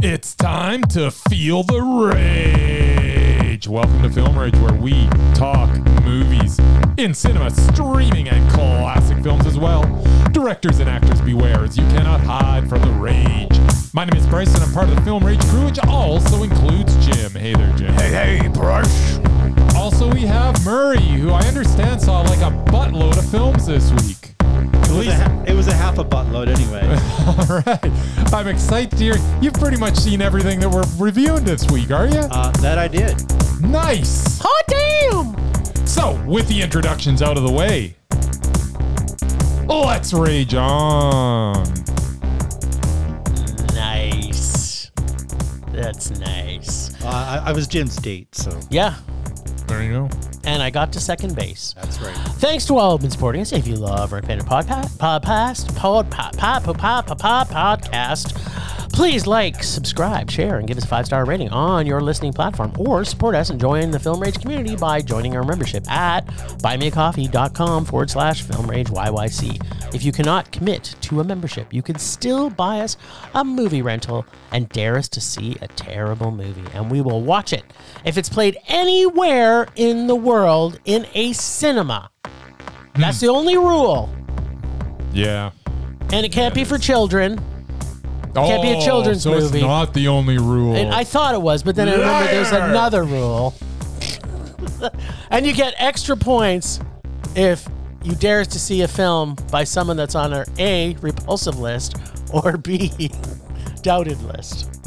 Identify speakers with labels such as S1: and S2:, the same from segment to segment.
S1: It's time to feel the rage. Welcome to Film Rage, where we talk movies in cinema, streaming, and classic films as well. Directors and actors, beware, as you cannot hide from the rage. My name is Bryce, and I'm part of the Film Rage crew, which also includes Jim. Hey there, Jim.
S2: Hey, hey, Bryce.
S1: Also, we have Murray, who I understand saw like a buttload of films this week. At
S3: It was, a,
S1: least
S3: ha- it was a half a buttload anyway.
S1: All right. I'm excited to hear. You've pretty much seen everything that we're reviewing this week, are you?
S3: Uh, that I did.
S1: nice.
S2: Hot damn.
S1: So, with the introductions out of the way, let's rage on.
S4: Nice. That's nice.
S3: Uh, I, I was Jim's date, so
S4: Yeah.
S1: There you go.
S4: And I got to second base.
S3: that's right.
S4: Thanks to all who've been supporting us. If you love Repentant Podcast, Podcast, Pod, Pod, Pod, Pod, Pod, Pod, Pod, Podcast, please like, subscribe, share, and give us a five star rating on your listening platform. Or support us and join the Film Rage community by joining our membership at buymeacoffee.com forward slash Film Rage YYC. If you cannot commit to a membership, you can still buy us a movie rental and dare us to see a terrible movie, and we will watch it if it's played anywhere in the world in a cinema. That's the only rule.
S1: Yeah.
S4: And it can't be for children.
S1: Can't
S4: be a children's
S1: Oh, so
S4: movie.
S1: it's not the only rule.
S4: And I thought it was, but then I remember there's
S1: Liar!
S4: another rule. and you get extra points if you dare to see a film by someone that's on our A, repulsive list, or B, doubted list.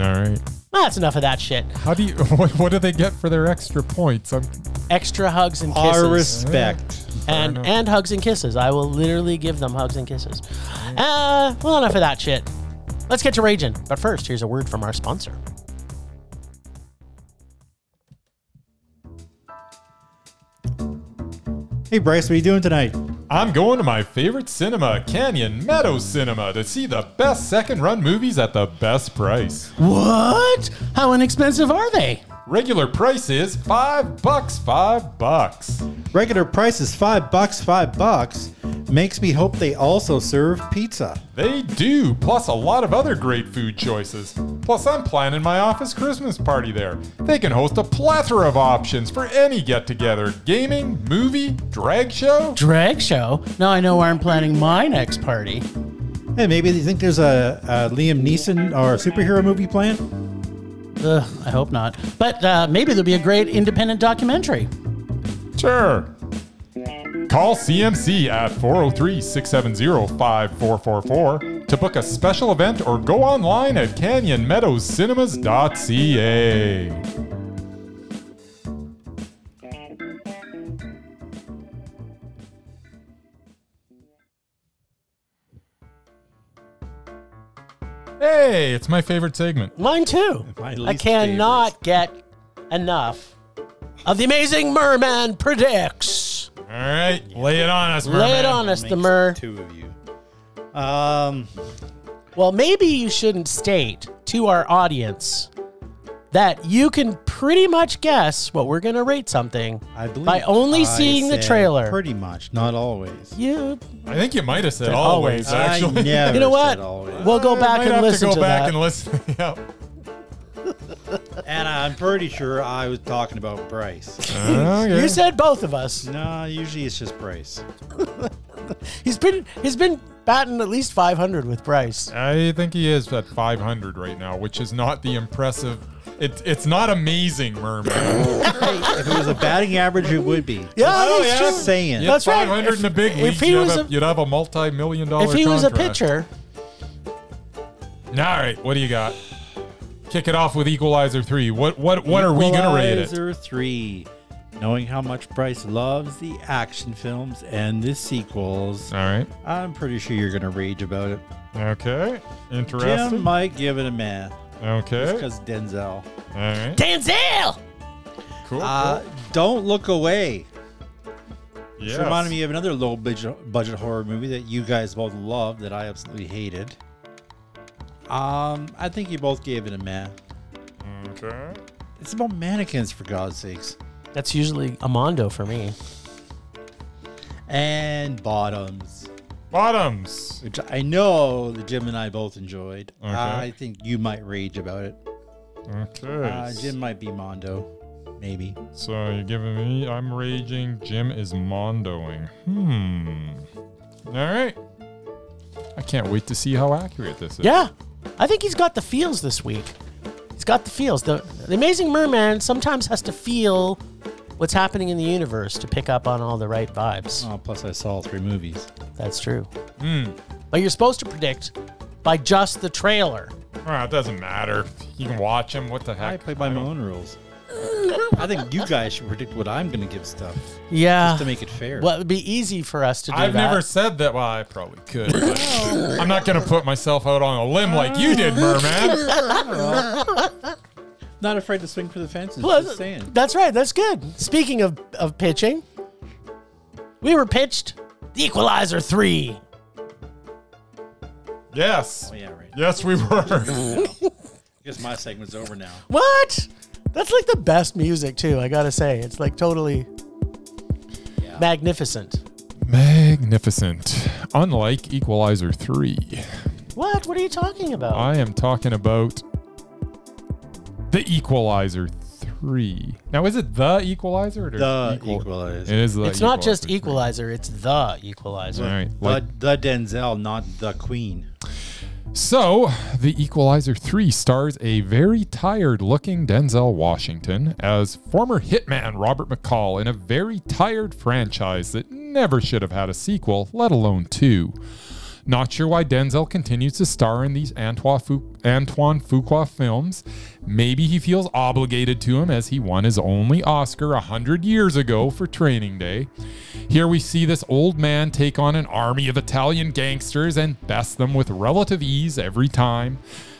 S1: All right.
S4: That's enough of that shit.
S1: How do you? What, what do they get for their extra points? I'm,
S4: Extra hugs and kisses.
S3: Our respect.
S4: and
S1: enough.
S4: and hugs and kisses. I will literally give them hugs and kisses. Uh, well, enough of that shit. Let's get to raging. But first, here's a word from our sponsor.
S3: Hey, Bryce, what are you doing tonight?
S1: I'm going to my favorite cinema, Canyon Meadow Cinema, to see the best second-run movies at the best price.
S4: What? How inexpensive are they?
S1: Regular price is five bucks, five bucks.
S3: Regular price is five bucks, five bucks. Makes me hope they also serve pizza.
S1: They do, plus a lot of other great food choices. Plus, I'm planning my office Christmas party there. They can host a plethora of options for any get together gaming, movie, drag show.
S4: Drag show. Now I know where I'm planning my next party.
S3: Hey, maybe you think there's a, a Liam Neeson or a superhero movie planned?
S4: Ugh, I hope not. But uh, maybe there'll be a great independent documentary.
S1: Sure. Call CMC at 403 670 5444 to book a special event or go online at canyonmeadowscinemas.ca. Hey, it's my favorite segment.
S4: Mine too.
S3: My
S4: I
S3: least
S4: cannot get enough of the Amazing Merman predicts.
S1: All right, lay it on us,
S4: Lay
S1: merman.
S4: it on us, the mer.
S3: Two of you. Um,
S4: Well, maybe you shouldn't state to our audience that you can pretty much guess what we're going to rate something
S3: I believe
S4: by only
S3: I
S4: seeing the
S3: said
S4: trailer.
S3: Pretty much, not always.
S4: you,
S1: I think you might have said always,
S4: always.
S1: actually.
S3: I never
S4: you know
S3: said
S4: what?
S3: always.
S4: We'll go
S1: I
S4: back
S1: might
S4: and
S1: have
S4: listen
S1: to
S4: to,
S1: go back
S4: that.
S1: and listen. yep.
S3: And I'm pretty sure I was talking about Bryce.
S4: You said both of us.
S3: no, usually it's just Bryce.
S4: He's been he's been batting at least 500 with Bryce.
S1: I think he is at 500 right now, which is not the impressive. It, it's not amazing, Merman.
S3: if it was a batting average, it would be.
S4: Yeah,
S1: Oh,
S4: that's
S1: yeah.
S4: true.
S3: Just saying.
S1: You
S4: Yeah. That's right.
S1: 500 in a big
S4: If-
S1: league,
S4: if he
S1: you'd,
S4: was
S1: have a,
S4: a-
S1: you'd have a multi-million dollar.
S4: If he was a
S1: contract.
S4: pitcher,
S1: All right, what do you got? Kick it off with Equalizer three. What what what are we gonna rate it?
S3: Equalizer three. Knowing how much Bryce loves the action films and the sequels,
S1: All right.
S3: I'm pretty sure you're gonna rage about it.
S1: Okay.
S3: Jim
S1: Interesting.
S3: might give it a man
S1: Okay. All
S3: because Denzel.
S1: right.
S4: Denzel.
S1: Cool.
S3: Uh,
S1: cool.
S3: don't look away.
S1: Yes.
S3: This reminded me of another low budget, budget horror movie that you guys both loved that I absolutely hated. Um, I think you both gave it a man.
S1: Okay.
S3: It's about mannequins, for God's sakes.
S4: That's usually Amondo for me.
S3: And bottoms.
S1: Bottoms.
S3: which I know that Jim and I both enjoyed.
S1: Okay.
S3: I think you might rage about it.
S1: Okay.
S3: Uh, Jim might be Mondo, maybe.
S1: So you're giving me. I'm raging. Jim is mondoing. Hmm. All right. I can't wait to see how accurate this is.
S4: Yeah, I think he's got the feels this week. He's got the feels. The, the Amazing Merman sometimes has to feel what's happening in the universe to pick up on all the right vibes.
S3: Oh, plus I saw three movies.
S4: That's true.
S1: Hmm.
S4: But you're supposed to predict by just the trailer.
S1: Ah, it doesn't matter. You can watch him. What the
S3: I
S1: heck?
S3: play by my own rules. I think you guys should predict what I'm going to give stuff
S4: Yeah.
S3: to make it fair.
S4: Well, it'd be easy for us to do
S1: I've
S4: that.
S1: never said that. Well, I probably could. but I'm not gonna put myself out on a limb like you did, Merman.
S3: Not afraid to swing for the fences.
S4: Well,
S3: just saying.
S4: that's right. That's good. Speaking of, of pitching, we were pitched The Equalizer 3.
S1: Yes.
S3: Oh, yeah, right.
S1: Yes, we were.
S3: I guess my segment's over now.
S4: What? That's like the best music, too, I gotta say. It's like totally magnificent.
S1: Magnificent. Unlike Equalizer 3.
S4: What? What are you talking about?
S1: I am talking about the Equalizer three. Now, is it the Equalizer? Or
S3: The Equalizer.
S1: It is the.
S4: it's not just
S1: Equalizer
S4: Equalizer, it's The
S1: three.
S4: Equalizer.
S1: All right. like-
S3: But the Denzel, not the Queen.
S1: so, the Equalizer three stars a very tired-looking Denzel Washington as former hitman Robert McCall in a very tired franchise that never should have had a sequel, let alone two. Not sure why Denzel continues to star in these Antoine, Fu- Antoine Fuqua films. Maybe he feels obligated to him as he won his only Oscar 100 years ago for Training Day. Here we see this old man take on an army of Italian gangsters and best them with relative ease every time.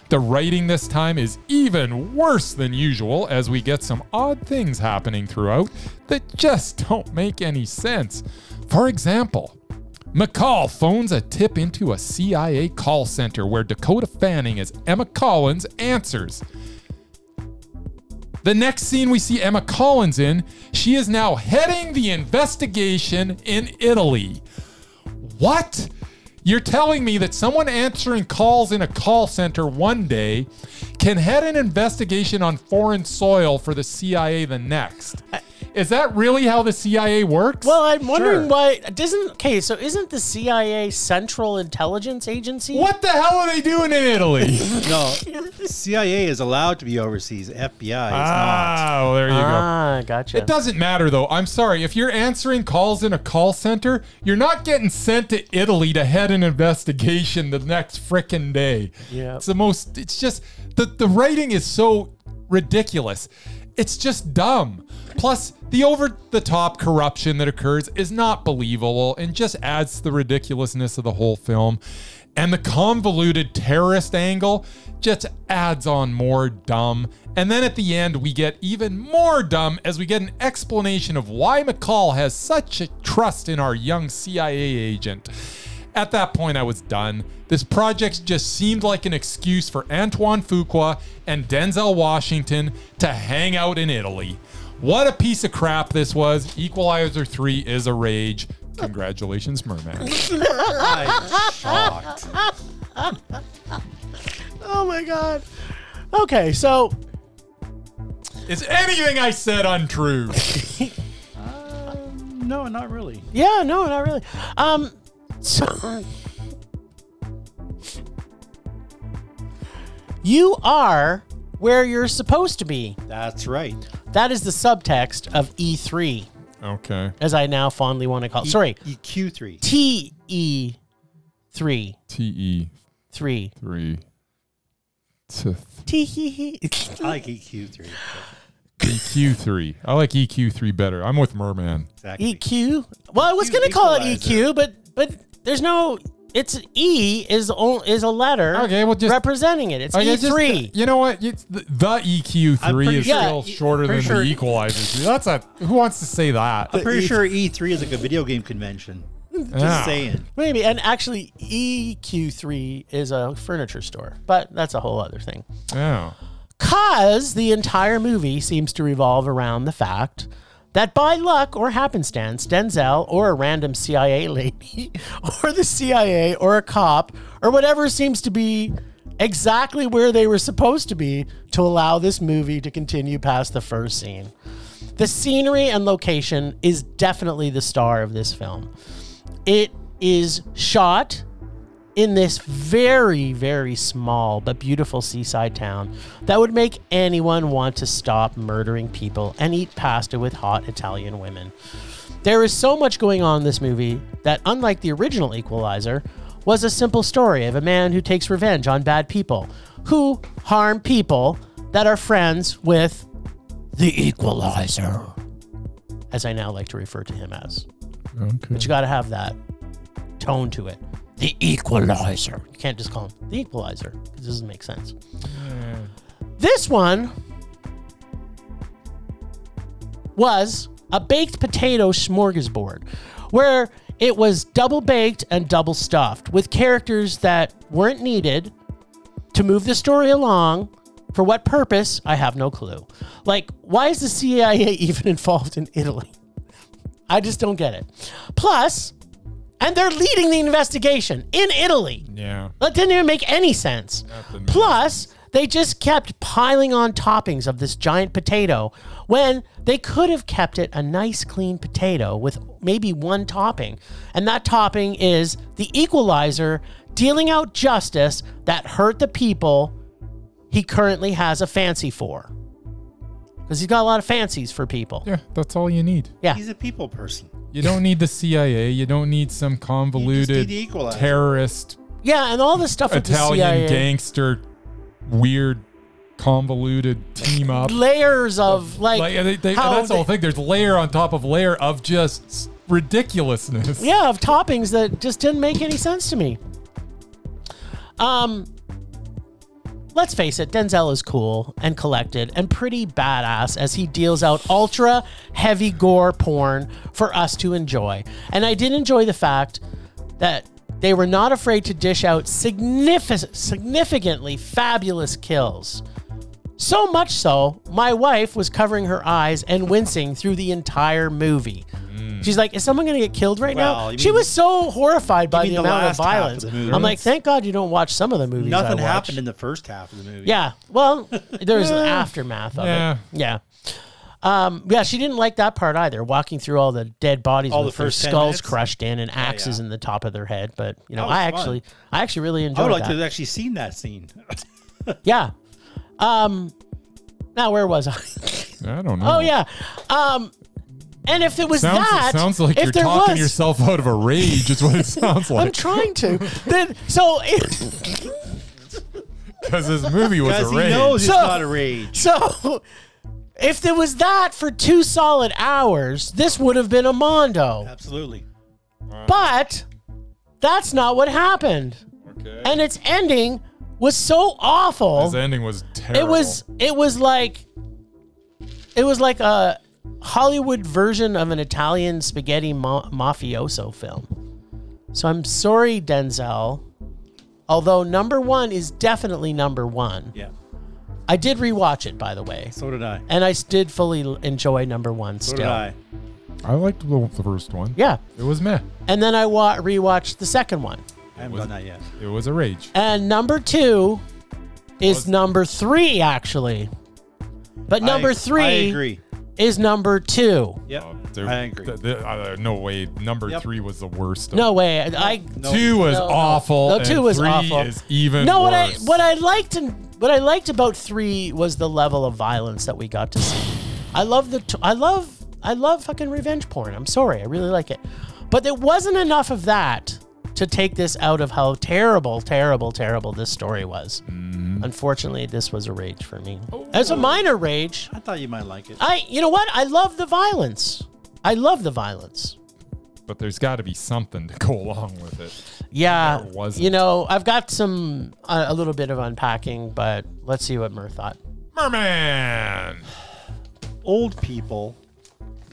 S1: The writing this time is even worse than usual as we get some odd things happening throughout that just don't make any sense. For example, McCall phones a tip into a CIA call center where Dakota Fanning as Emma Collins answers. The next scene we see Emma Collins in, she is now heading the investigation in Italy. What? You're telling me that someone answering calls in a call center one day can head an investigation on foreign soil for the CIA the next? Is that really how the CIA works?
S4: Well, I'm wondering
S3: Sure.
S4: why doesn't okay, so isn't the CIA Central Intelligence Agency?
S1: What the hell are they doing in Italy?
S3: No, CIA is allowed to be overseas. FBI is not.
S1: ah, well, there you go.
S4: Ah, gotcha.
S1: It doesn't matter though. I'm sorry. If you're answering calls in a call center, you're not getting sent to Italy to head an investigation the next frickin' day.
S4: Yeah.
S1: It's the most it's just the the writing is so ridiculous. It's just dumb. Plus, the over the top corruption that occurs is not believable and just adds to the ridiculousness of the whole film. And the convoluted terrorist angle just adds on more dumb. And then at the end, we get even more dumb as we get an explanation of why McCall has such a trust in our young CIA agent. At that point, I was done. This project just seemed like an excuse for Antoine Fuqua and Denzel Washington to hang out in Italy. What a piece of crap this was. Equalizer 3 is a rage. Congratulations, Merman.
S3: I'm shocked.
S4: Oh my god. Okay, so
S1: is anything I said untrue?
S3: No, not really.
S4: yeah, no, not really. Um, so you are where you're supposed to be.
S3: That's right.
S4: That is the subtext of E3,
S1: Okay.
S4: as I now fondly want to
S3: E-
S1: E-
S4: call. it. Sorry,
S3: EQ3.
S4: T E three
S1: TE
S4: three.
S1: 3 to
S4: T he he.
S3: I like E EQ3.
S1: EQ3. E I like EQ3 better. I'm with Merman.
S3: Exactly.
S4: EQ. E Well, I was gonna call it EQ, but but there's no. It's E is o- is a letter.
S1: Okay, well, just-
S4: representing it. It's
S1: Okay,
S4: E
S1: just-
S4: three.
S1: you know what? It's the, the
S3: I'm
S1: EQ3
S3: pretty
S1: is
S4: sure- E- Uh,
S1: still
S4: Yeah,
S1: shorter than
S3: pretty sure-
S1: the Equalizer 3. That's a who wants to say that?
S3: I'm
S4: E
S3: pretty sure E3 is like a video game convention. Just
S1: Yeah.
S3: saying.
S4: Maybe. And actually, EQ3 is a furniture store, but that's a whole other thing.
S1: Yeah.
S4: Because the entire movie seems to revolve around the fact that by luck or happenstance, Denzel or a random CIA lady or the CIA or a cop or whatever seems to be exactly where they were supposed to be to allow this movie to continue past the first scene. The scenery and location is definitely the star of this film. It is shot in this very, very small but beautiful seaside town that would make anyone want to stop murdering people and eat pasta with hot Italian women. There is so much going on in this movie that, unlike the original Equalizer, was a simple story of a man who takes revenge on bad people who harm people that are friends with the Equalizer, as I now like to refer to him as.
S1: Okay.
S4: But you got to have that tone to it. The Equalizer. You can't just call him the Equalizer. 'cause It doesn't make sense. This one was a baked potato smorgasbord, where it was double baked and double stuffed with characters that weren't needed to move the story along. For what purpose? I have no clue. Like, why is the CIA even involved in Italy? I just don't get it. Plus, and they're leading the investigation in Italy.
S1: Yeah.
S4: That didn't even make any sense.
S1: Nothing
S4: Plus, they just kept piling on toppings of this giant potato when they could have kept it a nice clean potato with maybe one topping. And that topping is the equalizer dealing out justice that hurt the people he currently has a fancy for. Because he's got a lot of fancies for people.
S1: Yeah, that's all you need.
S4: Yeah.
S3: He's a people person.
S1: You don't need the CIA. You don't need some convoluted
S3: the equalizer.
S1: terrorist
S4: Yeah, and all this stuff with
S1: Italian
S4: the CIA.
S1: gangster weird convoluted team up.
S4: Layers of like,
S1: Like they, they,
S4: how
S1: that's the
S4: they-
S1: whole thing. There's layer on top of layer of just s- ridiculousness.
S4: yeah, of toppings that just didn't make any sense to me. Um, let's face it, Denzel is cool and collected and pretty badass as he deals out ultra heavy gore porn for us to enjoy. And I did enjoy the fact that they were not afraid to dish out significant, significantly fabulous kills. So much so, my wife was covering her eyes and wincing through the entire movie. She's like, "Is someone going to get killed right
S3: Mm. Well,
S4: now?"
S3: you
S4: She
S3: mean-
S4: was so horrified by
S3: mean
S4: the
S3: the
S4: amount
S3: last
S4: of
S3: half of
S4: violence.
S3: the movie.
S4: I'm like, "Thank God you don't watch some of the movies." I
S3: Nothing
S4: watch."
S3: happened in the first half of the movie.
S4: Yeah. Well, there's an aftermath of
S1: Yeah.
S4: it. Yeah. Um, yeah, she didn't like that part either. Walking through all the dead bodies
S3: All
S4: with
S3: the first
S4: their
S3: 10
S4: skulls
S3: minutes?
S4: crushed in and axes
S3: yeah.
S4: in the top of their head. But you know,
S3: That was
S4: I
S3: fun.
S4: actually, I actually really
S3: I
S4: enjoyed
S3: would like
S4: that.
S3: to have actually seen that scene.
S4: Yeah. Um, now where was I?
S1: I don't know.
S4: oh yeah. Um, and if it was
S1: Sounds,
S4: that,
S1: sounds like
S4: if
S1: you're
S4: there
S1: talking
S4: was,
S1: yourself out of a rage, is what it sounds
S4: I'm
S1: like.
S4: trying to. then so if,
S1: Because this movie was
S3: Because
S1: a
S3: he
S1: rage.
S3: knows it's
S4: So-
S3: not a rage.
S4: So, if there was that for two solid hours, this would have been a Mondo.
S3: Absolutely.
S4: But that's not what happened. And its ending was so awful.
S1: His ending was
S4: It
S1: terrible.
S4: was it was like it was like a Hollywood version of an Italian spaghetti ma- mafioso film. So I'm sorry, Denzel. Although number one is definitely number one.
S3: Yeah.
S4: I did rewatch it, by the way
S3: So did I.
S4: and I s- did fully l- enjoy number one
S3: So
S4: still.
S3: did I.
S1: I liked the, the first one.
S4: Yeah,
S1: It was meh.
S4: and then I wa- rewatched the second one,
S3: I haven't done that yet.
S1: It was a rage.
S4: and number two is
S1: Was-
S4: number three actually, but number
S3: I-
S4: three
S3: I agree.
S4: is number two.
S3: Yep.
S1: Uh, there-
S3: I agree.
S1: th- th- uh, no way. Number
S3: Yep.
S1: three was the worst. of
S4: No way, I
S3: No.
S1: Two was
S4: No, no.
S1: awful.
S4: No,
S1: and
S4: two was
S1: three
S4: awful.
S1: Is even
S4: no. What I
S1: worse.
S4: what I liked and what I liked about three was the level of violence that we got to see. I love the t- I love I love fucking revenge porn. I'm sorry, I really like it, but there wasn't enough of that to take this out of how terrible, terrible, terrible this story was. Unfortunately, this was a rage for me. It's a minor rage.
S3: I thought you might like it.
S4: I you know what? I love the violence. I love the violence.
S1: but there's got to be something to go along with it.
S4: Yeah,
S1: There wasn't.
S4: you know, I've got some uh, a little bit of unpacking, but let's see what Mur thought.
S1: Merman.
S3: Old people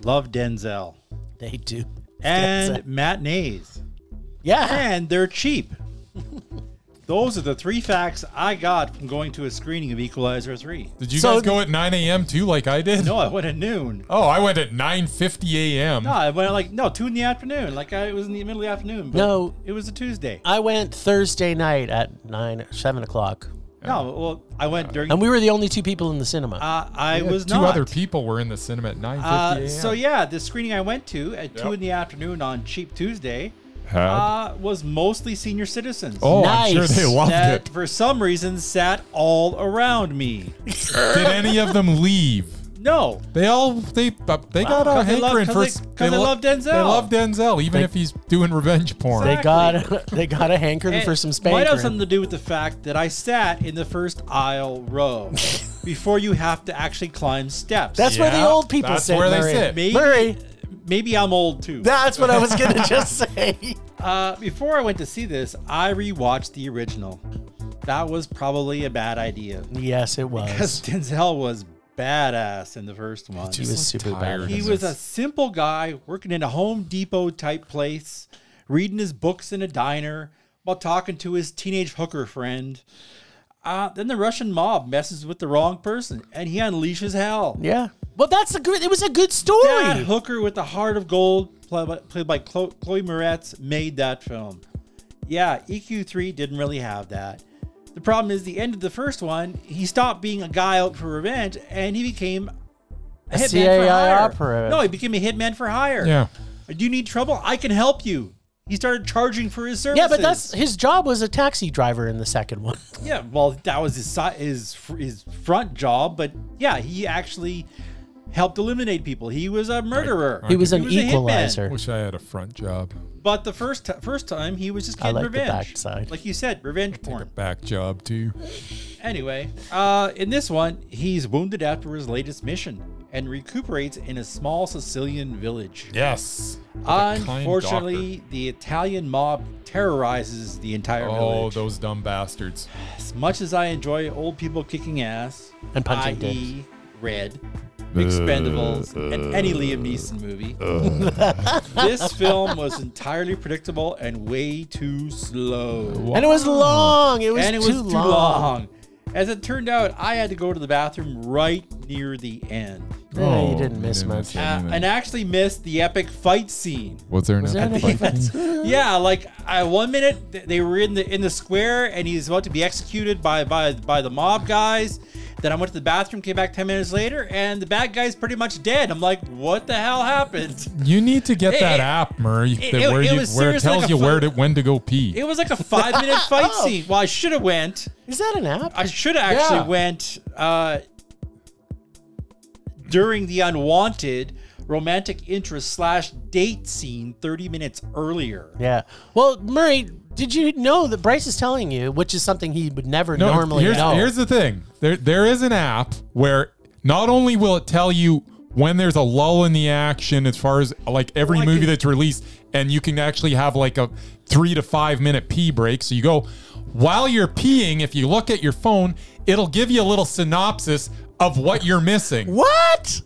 S3: love Denzel
S4: They do,
S3: and matinees,
S4: yeah,
S3: and they're cheap. Those are the three facts I got from going to a screening of Equalizer 3.
S1: Did you
S4: So-
S1: guys go at 9 a.m. too, like I did?
S3: No, I went at noon.
S1: Oh, I went at 9:50 a.m.
S3: No, I went like, no, two in the afternoon. Like, I, it was in the middle of the afternoon. But
S4: No.
S3: It was a
S1: Uh,
S3: Tuesday.
S4: I went Thursday night at nine, seven o'clock,
S3: no, well, I went during.
S4: and we were the only two people in the cinema.
S3: uh, I
S1: uh, Yeah,
S3: was
S1: two
S3: not.
S1: other people were in the cinema at 9:50
S3: Uh,
S1: a.m.
S3: so yeah, the screening I went to at two
S1: Yep.
S3: in the afternoon on Cheap Tuesday
S1: Had-
S3: uh, was mostly senior citizens.
S1: oh, I'm sure
S4: nice.
S1: they loved
S3: that
S1: it.
S3: for some reason sat all around me.
S1: Did any of them leave?
S3: No,
S1: They all they uh, they got
S3: Wow.
S1: a
S3: 'Cause they love-
S1: hankering
S3: 'cause
S1: for
S3: they- 'cause they
S1: lo-
S3: love Denzel.
S1: They love Denzel, even
S4: They-
S1: if he's doing revenge porn.
S4: they
S3: Exactly.
S4: got they got a hankering for
S3: It
S4: some
S3: Eh, Might have
S4: spanking.
S3: something to do with the fact that I sat in the first aisle row before you have to actually climb steps.
S4: That's where the
S1: Yeah,
S4: old people
S1: that's
S4: sit.
S1: where they
S4: Murray.
S1: sit.
S3: maybe
S4: Murray,
S3: maybe I'm old too.
S4: that's what I was gonna just say.
S3: Uh, before I went to see this, I rewatched the original. That was probably a bad idea
S4: yes, it
S3: because
S4: was.
S3: Denzel was badass in the first one.
S4: He was super
S1: tired.
S4: bad.
S3: He was a simple guy working in a Home Depot type place, reading his books in a diner while talking to his teenage hooker friend. Uh, then the Russian mob messes with the wrong person and he unleashes hell.
S4: Yeah. Well, that's a good. It was a good story.
S3: That hooker with the heart of gold, played by, played by Chlo- Chloe Moretz, made that film. Yeah, EQ3 didn't really have that. The problem is the end of the first one, he stopped being a guy out for revenge and he became a, hitman for
S4: CIA
S3: hire.
S4: operative.
S3: No, he became a hitman for hire.
S1: yeah.
S3: Do you need trouble? I can help you. He started charging for his services.
S4: yeah, but that's his job was a taxi driver in the second one.
S3: yeah. Well, that was his si- his fr- his front job, but yeah, he actually helped eliminate people. He was a murderer.
S4: He was an
S3: a hitman.
S4: equalizer.
S1: Wish I had a front job,
S3: But the first t- first time he was just
S4: I
S3: getting
S4: like the
S3: revenge.
S4: backside.
S3: Like you said, revenge
S1: a
S3: porn.
S1: back job too.
S3: Anyway, uh, in this one, he's wounded after his latest mission and recuperates in a small Sicilian village.
S1: Yes. With a kind
S3: Unfortunately, the Italian mob terrorizes the entire
S1: doctor. Oh,
S3: village.
S1: those dumb bastards.
S3: As much as I enjoy old people kicking ass,
S4: And punching
S3: i.e., Red, Expendables, and
S1: Uh,
S3: any Liam Neeson movie, this film was entirely predictable and way too slow.
S4: And it was long. It was,
S3: and it was too long. As it turned out, I had to go to the bathroom right near the end.
S4: Yeah, you didn't miss much.
S3: Uh, and actually missed the epic fight scene.
S1: was there
S4: Was there
S1: another
S4: any-
S1: fight?
S3: Yeah, like I, one minute th- they were in the in the square and he's about to be executed by by by the mob guys. Then I went to the bathroom, came back ten minutes later, and the bad guy's pretty much dead. I'm like, what the hell happened?
S1: You need to get
S3: It-
S1: that
S3: it-
S1: app, Murray, that
S3: it-
S1: where,
S3: it
S1: you,
S3: was
S1: where it
S3: seriously
S1: tells
S3: like a
S1: you where to,
S3: fu-
S1: when to go pee.
S3: It was like a five minute fight
S4: Oh.
S3: scene. Well, I should have went.
S4: Is that an app?
S3: I should have actually
S1: Yeah.
S3: went uh, during the unwanted romantic interest slash date scene thirty minutes earlier.
S4: yeah. Well, Murray, did you know that Bryce is telling you, which is something he would never
S1: No,
S4: normally
S1: here's,
S4: know?
S1: here's the thing. There there is an app where not only will it tell you when there's a lull in the action as far as like every
S3: Like
S1: movie
S3: it-
S1: that's released and you can actually have like a 3 to 5 minute pee break so you go while you're peeing if you look at your phone it'll give you a little synopsis of what you're missing.
S4: what?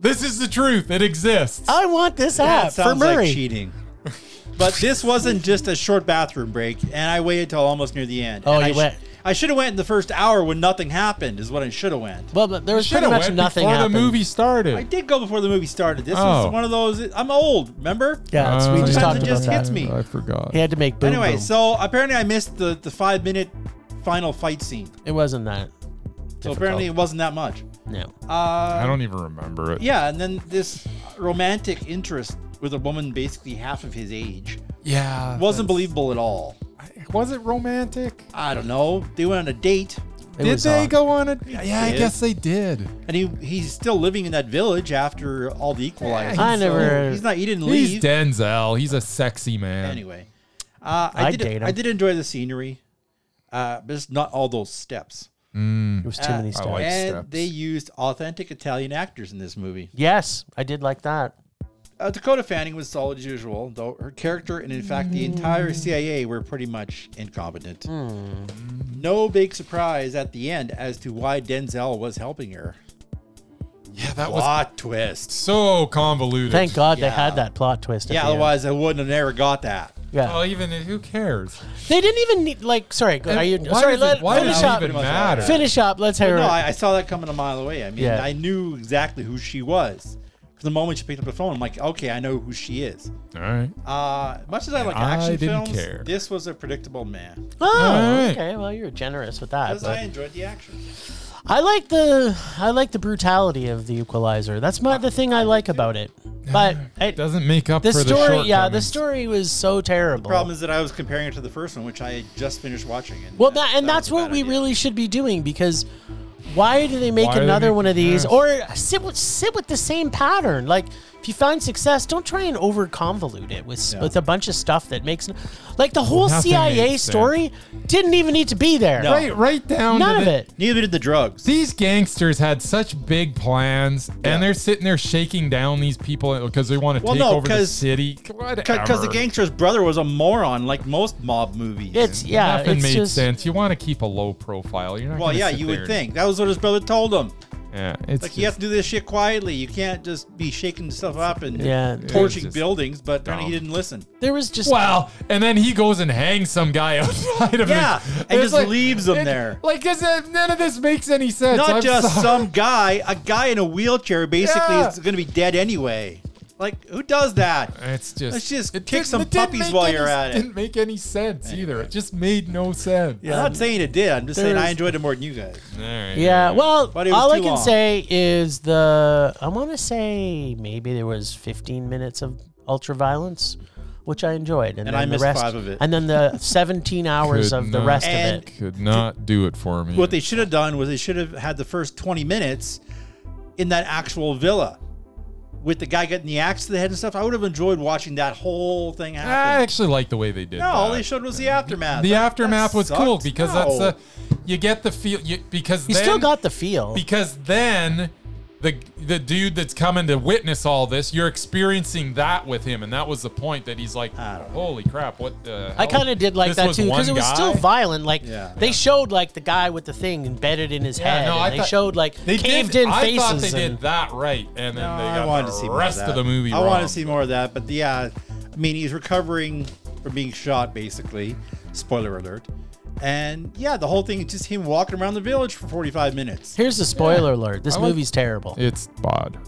S1: This is the truth. It exists.
S4: I want this app
S3: That
S4: for
S3: sounds
S4: Murray.
S3: like cheating. But this wasn't just a short bathroom break, and I waited till almost near the end.
S4: Oh,
S3: And
S4: you
S3: I
S4: went-
S3: I should have went in the first hour when nothing happened. Is what I should have went.
S4: well, but there was
S1: Should
S4: pretty
S1: have
S4: much
S1: went
S4: nothing
S1: before
S4: happened.
S1: the movie
S3: I
S1: started.
S3: did go before the movie started. This
S1: Oh.
S3: was one of those. I'm old, remember?
S4: Yeah, it's- we
S1: Uh,
S3: Sometimes
S4: just talked
S3: it
S4: about
S3: just
S4: that.
S3: hits me.
S1: I forgot.
S4: He had to make boom.
S3: anyway,
S4: boom.
S3: so apparently I missed the the five minute final fight scene.
S4: it wasn't that.
S3: So apparently it wasn't that much.
S4: no.
S1: I don't even remember it.
S3: Uh, Yeah, and then this romantic interest with a woman basically half of his age
S1: Yeah.
S3: wasn't believable at all.
S1: was it romantic?
S3: I don't know. They went on a date,
S4: It
S1: did
S4: was
S1: they
S4: odd.
S1: go on a? Yeah, I
S3: did.
S1: guess they did.
S3: and he he's still living in that village after all the equalizers.
S4: I
S3: So
S4: never-
S3: He's not. He didn't
S1: He's
S3: leave
S1: Denzel. He's a sexy man.
S3: anyway. Uh, I,
S4: I'd
S3: did.
S4: date him.
S3: I did enjoy the scenery, uh, but it's not all those steps.
S4: It was too
S3: Uh,
S4: many
S3: I
S4: steps.
S1: like-
S3: and
S1: steps.
S3: they used authentic Italian actors in this movie.
S4: yes, I did like that.
S3: Uh, Dakota Fanning was solid as usual, though her character and, in fact, the entire CIA were pretty much incompetent.
S1: Hmm.
S3: No big surprise at the end as to why Denzel was helping her.
S1: Yeah, that was
S3: Plot twist.
S1: so convoluted.
S4: Thank God they
S3: Yeah.
S4: had that plot twist. at
S3: Yeah,
S4: the end.
S3: otherwise I wouldn't have never got that.
S4: Yeah.
S1: Well, even if- who cares?
S4: They didn't even need like. Sorry,
S1: Oh,
S4: go-
S1: And
S4: are you?
S1: why
S4: Sorry,
S1: does it-
S4: let
S1: why
S4: finish
S1: does it
S4: up.
S1: even
S3: Pretty much
S1: matter?
S4: Finish up. Let's hear.
S3: No,
S4: it.
S3: I, I saw that coming a mile away. I mean,
S4: Yeah.
S3: I knew exactly who she was. From the moment she picked up the phone, I'm like, okay, I know who she is.
S1: All right.
S3: Uh, much as I like
S1: I
S3: action
S1: didn't
S3: films,
S1: care.
S3: this was a predictable man.
S4: oh,
S1: Alright.
S4: okay. Well, you're generous with that.
S3: Because I
S4: But
S3: enjoyed the action.
S4: I like the I like the brutality of the Equalizer. That's my the thing I like about it. But it,
S1: Doesn't make up
S4: the
S1: for
S4: story,
S1: the
S4: yeah, the
S1: shortcomings.
S4: story was so terrible.
S3: Problem is that I was comparing it to the first one, which I had just finished watching. And
S4: Well, that, and
S3: was
S4: that's
S3: a
S4: what
S3: bad
S4: we
S3: idea.
S4: really should be doing because why do they make
S1: Why do they
S4: another
S1: make-
S4: one of
S1: yes.
S4: these or sit with sit with the same pattern? Like if you find success, don't try and over convolute it with s
S3: Yeah.
S4: with a bunch of stuff that makes n- like the whole
S1: nothing
S4: CIA
S1: makes
S4: story didn't even need to be there.
S3: No.
S1: Right, right down.
S4: None
S1: to
S4: of
S1: the-
S4: it.
S3: Neither did the drugs.
S1: These gangsters had such big plans,
S3: Yeah.
S1: and they're sitting there shaking down these people because they want to
S3: Well,
S1: take
S3: no,
S1: over the
S3: 'cause-
S1: city.
S3: Because the
S1: Whatever.
S3: gangster's brother was a moron, like most mob movies.
S4: It's yeah,
S1: Nothing
S4: it's
S1: made
S4: just
S1: sense. You want to keep a low profile. You're not.
S3: well,
S1: gonna
S3: yeah,
S1: sit
S3: you
S1: there.
S3: would think that was what his brother told him.
S1: Yeah, it's
S3: Like
S1: just,
S3: you have to do this shit quietly. You can't just be shaking stuff up and
S4: Yeah.
S1: It's
S3: torching
S1: just
S3: buildings. But apparently he
S1: dumb.
S3: didn't listen.
S4: there was just
S1: Wow. And then he goes and hangs some guy outside of
S3: Yeah,
S1: his-
S3: and
S1: it's
S3: just leaves him there.
S1: Like, does that- none of this makes any sense.
S3: Not
S1: I'm
S3: just
S1: sorry.
S3: some guy. A guy in a wheelchair basically
S1: Yeah.
S3: is going to be dead anyway. Like who does that?
S1: It's just.
S3: Let's just
S1: it
S3: kick
S1: didn't-
S3: some
S1: it didn't
S3: puppies
S1: make
S3: while
S1: any-
S3: you're at it.
S1: Didn't make any sense either. It just made no sense.
S3: I'm not saying it did. I'm just saying I
S4: There's-
S3: enjoyed it more than you guys.
S1: All right.
S4: Yeah, well,
S3: But it was
S4: all I
S3: too
S4: can
S3: long.
S4: say is the I want to say maybe there was 15 minutes of ultra violence, which I enjoyed,
S3: And
S4: and, then
S3: I
S4: the
S3: missed
S4: rest,
S3: five of it.
S4: and then the 17 hours
S1: Could
S4: of the
S1: not-
S4: rest
S3: And-
S4: of it.
S1: Could not do it for me.
S3: What they should have done was they should have had the first 20 minutes in that actual villa with the guy getting the axe to the head and stuff. I would have enjoyed watching that whole thing
S1: I
S3: happen.
S1: actually like the way they did.
S3: no, all
S1: that.
S3: they showed was Ah, the aftermath.
S1: The
S3: That-
S1: aftermath
S3: that
S1: was cool
S3: sucked.
S1: because
S3: No.
S1: that's a you get the feel you, because
S4: You
S1: then,
S4: still got the feel.
S1: because then the the dude that's coming to witness all this you're experiencing that with him and that was the point that he's like
S3: I don't know.
S1: holy crap what the
S4: I kind of did like that too because it was still violent. Like
S3: Oh. Yeah.
S4: they showed like the guy with the thing embedded in his
S1: Yeah,
S4: head.
S1: no,
S4: and
S1: I
S4: they
S1: thought-
S4: showed like
S1: they
S4: caved
S1: did,
S4: in
S1: I
S4: faces.
S1: thought they did
S4: and-
S1: that right and then
S3: No,
S1: they
S3: I
S1: got
S3: wanted
S1: the
S3: to see more
S1: rest
S3: of,
S1: of,
S3: that.
S1: the movie
S3: I want
S1: wrong.
S3: to see more of that, but yeah, I mean he's recovering from being shot, basically. Spoiler alert. And yeah, the whole thing is just him walking around the village for 45 minutes,
S4: Here's the spoiler alert. This
S1: I like-
S4: movie's terrible.
S1: it's bod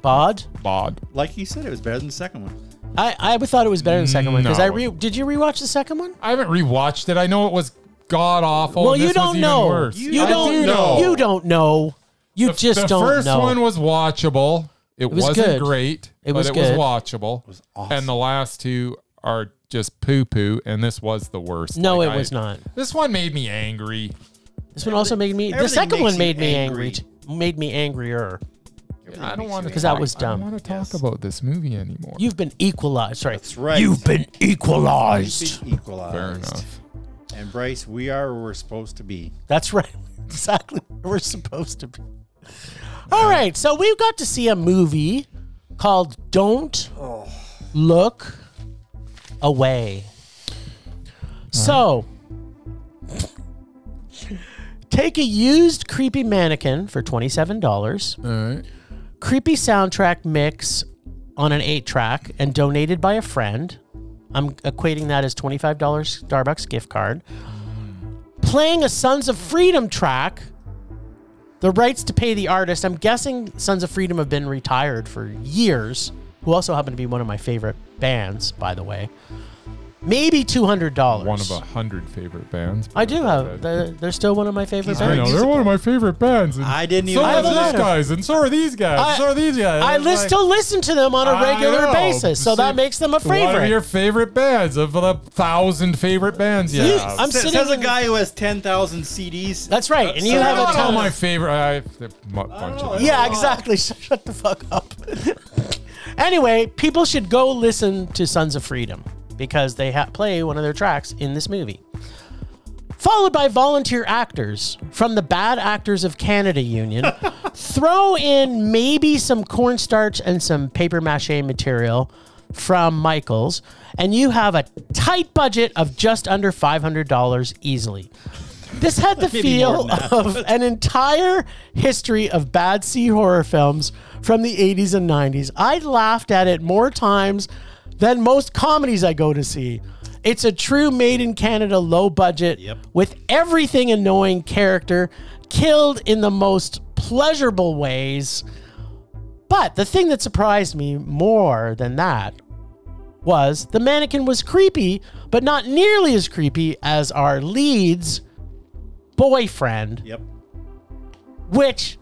S4: Bod.
S1: bod
S3: like you said, it was better than the second one.
S4: I, I thought it was better than the second one because I
S1: No.
S4: re- did you rewatch the second one?
S1: I haven't rewatched it I know it was god awful
S4: Well,
S1: and Oh,
S4: you
S1: this was
S4: don't
S1: even
S4: know.
S1: worse.
S4: You,
S1: I
S4: don't
S1: do
S4: know. You don't know. You just
S1: the
S4: don't
S1: first
S4: know.
S1: one was watchable. It,
S4: was
S1: was not
S4: good.
S1: great,
S4: It
S1: but
S4: was
S1: it
S4: good.
S1: was watchable. And the last two are just poo poo, and this was the worst.
S4: no,
S1: Like,
S4: it
S1: I-
S4: was not.
S1: This one made me angry.
S4: This one also made me. The
S3: everything
S4: second
S3: makes
S4: one
S3: you
S4: made me
S3: angry.
S4: angry. t- Made me angrier.
S1: I don't want to
S4: Because that was dumb.
S1: I don't want to talk about this movie anymore.
S4: You've been equalized. Sorry,
S3: That's right.
S4: you've been equalized.
S3: Be equalized.
S1: Fair enough.
S3: And Bryce, we are where we're supposed to be.
S4: That's right. Exactly. Where we're supposed to be. All right. So we got to see a movie called "Don't Look Away." So, take a used creepy mannequin for twenty-seven dollars,
S1: All right.
S4: creepy soundtrack mix on an eight-track, and donated by a friend. I'm equating that as twenty-five dollars Starbucks gift card. Playing a Sons of Freedom track. The rights to pay the artist. I'm guessing Sons of Freedom have been retired for years. Who also happen to be one of my favorite bands, by the way. Maybe two hundred dollars.
S1: One of a hundred favorite bands.
S4: I do have. They're, they're still one of my favorite
S3: I
S1: I
S4: bands.
S1: know they're
S3: musical.
S1: one of my favorite bands. And
S3: I didn't
S1: so
S3: even.
S1: are
S4: have a
S1: these
S4: letter.
S1: guys, and so are these guys,
S4: I-
S1: and so are these guys.
S4: I
S1: It's
S4: list,
S1: like-
S4: still listen to them on a
S1: I know.
S4: regular basis, so that makes them a
S1: One
S4: favorite.
S1: of your favorite bands of the thousand favorite bands. Yeah,
S4: I'm
S3: Says,
S4: sitting.
S3: says a guy who has 10,000 CDs.
S4: That's right, and you
S1: They're
S4: have a
S1: not all
S4: ton.
S1: my favorite. I, they're mu- bunch
S3: know.
S1: of them.
S4: yeah, exactly. Shut the fuck up. anyway, people should go listen to Sons of Freedom because they ha- play one of their tracks in this movie. Followed by volunteer actors from the Bad Actors of Canada Union. Throw in maybe some cornstarch and some paper mache material from Michaels, and you have a tight budget of just under $500 easily. This had the
S3: Maybe more
S4: feel
S3: than that.
S4: of an entire history of bad C horror films from the 80s and 90s. I laughed at it more times than most comedies I go to see. It's a true made in Canada low budget
S3: Yep.
S4: with everything annoying character killed in the most pleasurable ways. But the thing that surprised me more than that was the mannequin was creepy, but not nearly as creepy as our lead's boyfriend
S3: Yep.
S4: which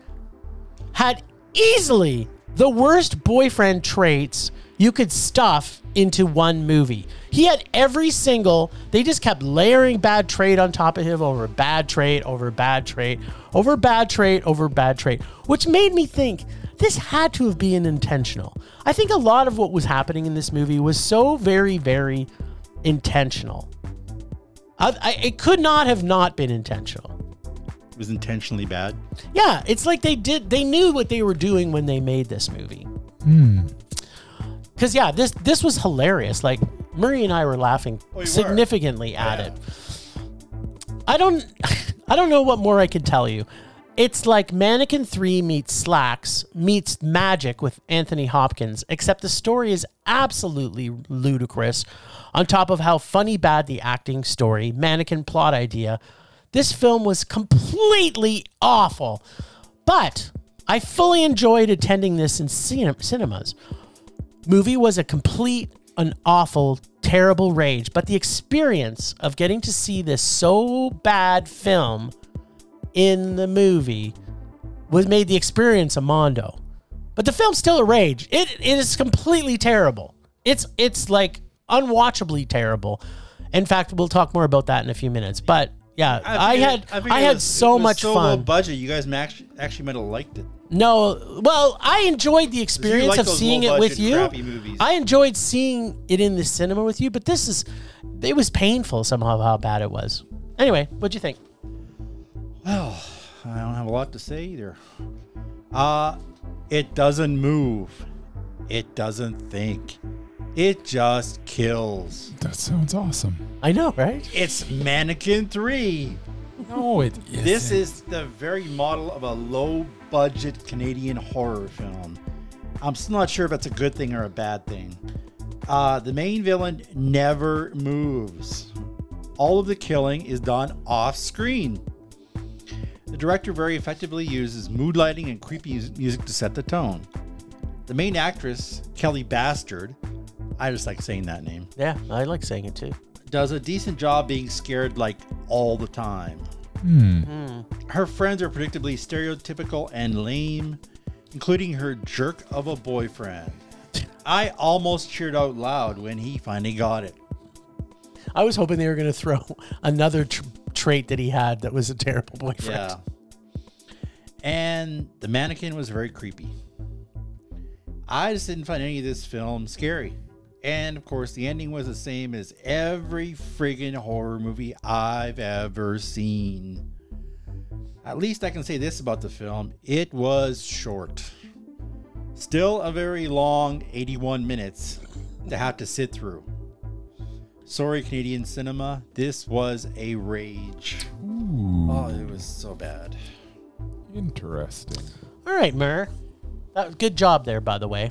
S4: had easily the worst boyfriend traits you could stuff into one movie. He had every single, they just kept layering bad trait on top of him over bad trait, over bad trait, over bad trait, over bad trait, which made me think this had to have been intentional. I think a lot of what was happening in this movie was so very, very intentional. I, I, it could not have not been intentional.
S3: It was intentionally bad.
S4: Yeah, it's like they did. They knew what they were doing when they made this movie. Cause yeah, this this was hilarious. Like Murray and I were laughing
S3: Oh, you were. Oh,
S4: significantly at it. I don't I don't know what more I could tell you. It's like Mannequin 3 meets Slacks meets Magic with Anthony Hopkins, except the story is absolutely ludicrous on top of how funny bad the acting story, mannequin plot idea. This film was completely awful. But I fully enjoyed attending this in cine- cinemas movie was a complete, an awful, terrible rage. But the experience of getting to see this so bad film in the movie was made the experience a mondo. But the film's still a rage. It, it is completely terrible. It's it's like unwatchably terrible. In fact, we'll talk more about that in a few minutes. But yeah, I,
S3: figured-
S4: had I,
S3: figured it
S4: had
S3: was- it
S4: so
S3: was
S4: much
S3: so
S4: fun.
S3: Low budget, you guys ma- actually, actually might have liked it.
S4: No, well, I enjoyed the experience
S3: like
S4: of
S3: those
S4: seeing it
S3: low-budget,
S4: with you.
S3: crappy movies.
S4: I enjoyed seeing it in the cinema with you, but this is it was painful somehow how bad it was. Anyway, what'd you think?
S3: Well, I don't have a lot to say either. Uh it doesn't move. It doesn't think. It just kills.
S1: That sounds awesome.
S4: I know, right?
S3: It's Mannequin 3.
S1: No, it isn't.
S3: This is the very model of a low budget Canadian horror film. I'm still not sure if that's a good thing or a bad thing. Uh, the main villain never moves. All of the killing is done off screen. The director very effectively uses mood lighting and creepy mus- music to set the tone. The main actress, Kelly Bastard, I just like saying that name,
S4: Yeah, I like saying it too.
S3: does a decent job being scared like all the time. Hmm. Her friends are predictably stereotypical and lame, including her jerk of a boyfriend. I almost cheered out loud when he finally got it.
S4: I was hoping they were going to throw another tr- trait that he had that was a terrible boyfriend.
S3: Yeah. And the mannequin was very creepy. I just didn't find any of this film scary. And of course, the ending was the same as every friggin' horror movie I've ever seen. At least I can say this about the film it was short. Still a very long 81 minutes to have to sit through. Sorry, Canadian cinema. This was a rage. Oh, it was so bad.
S1: interesting.
S4: All right, Murr. That was good job there, by the way.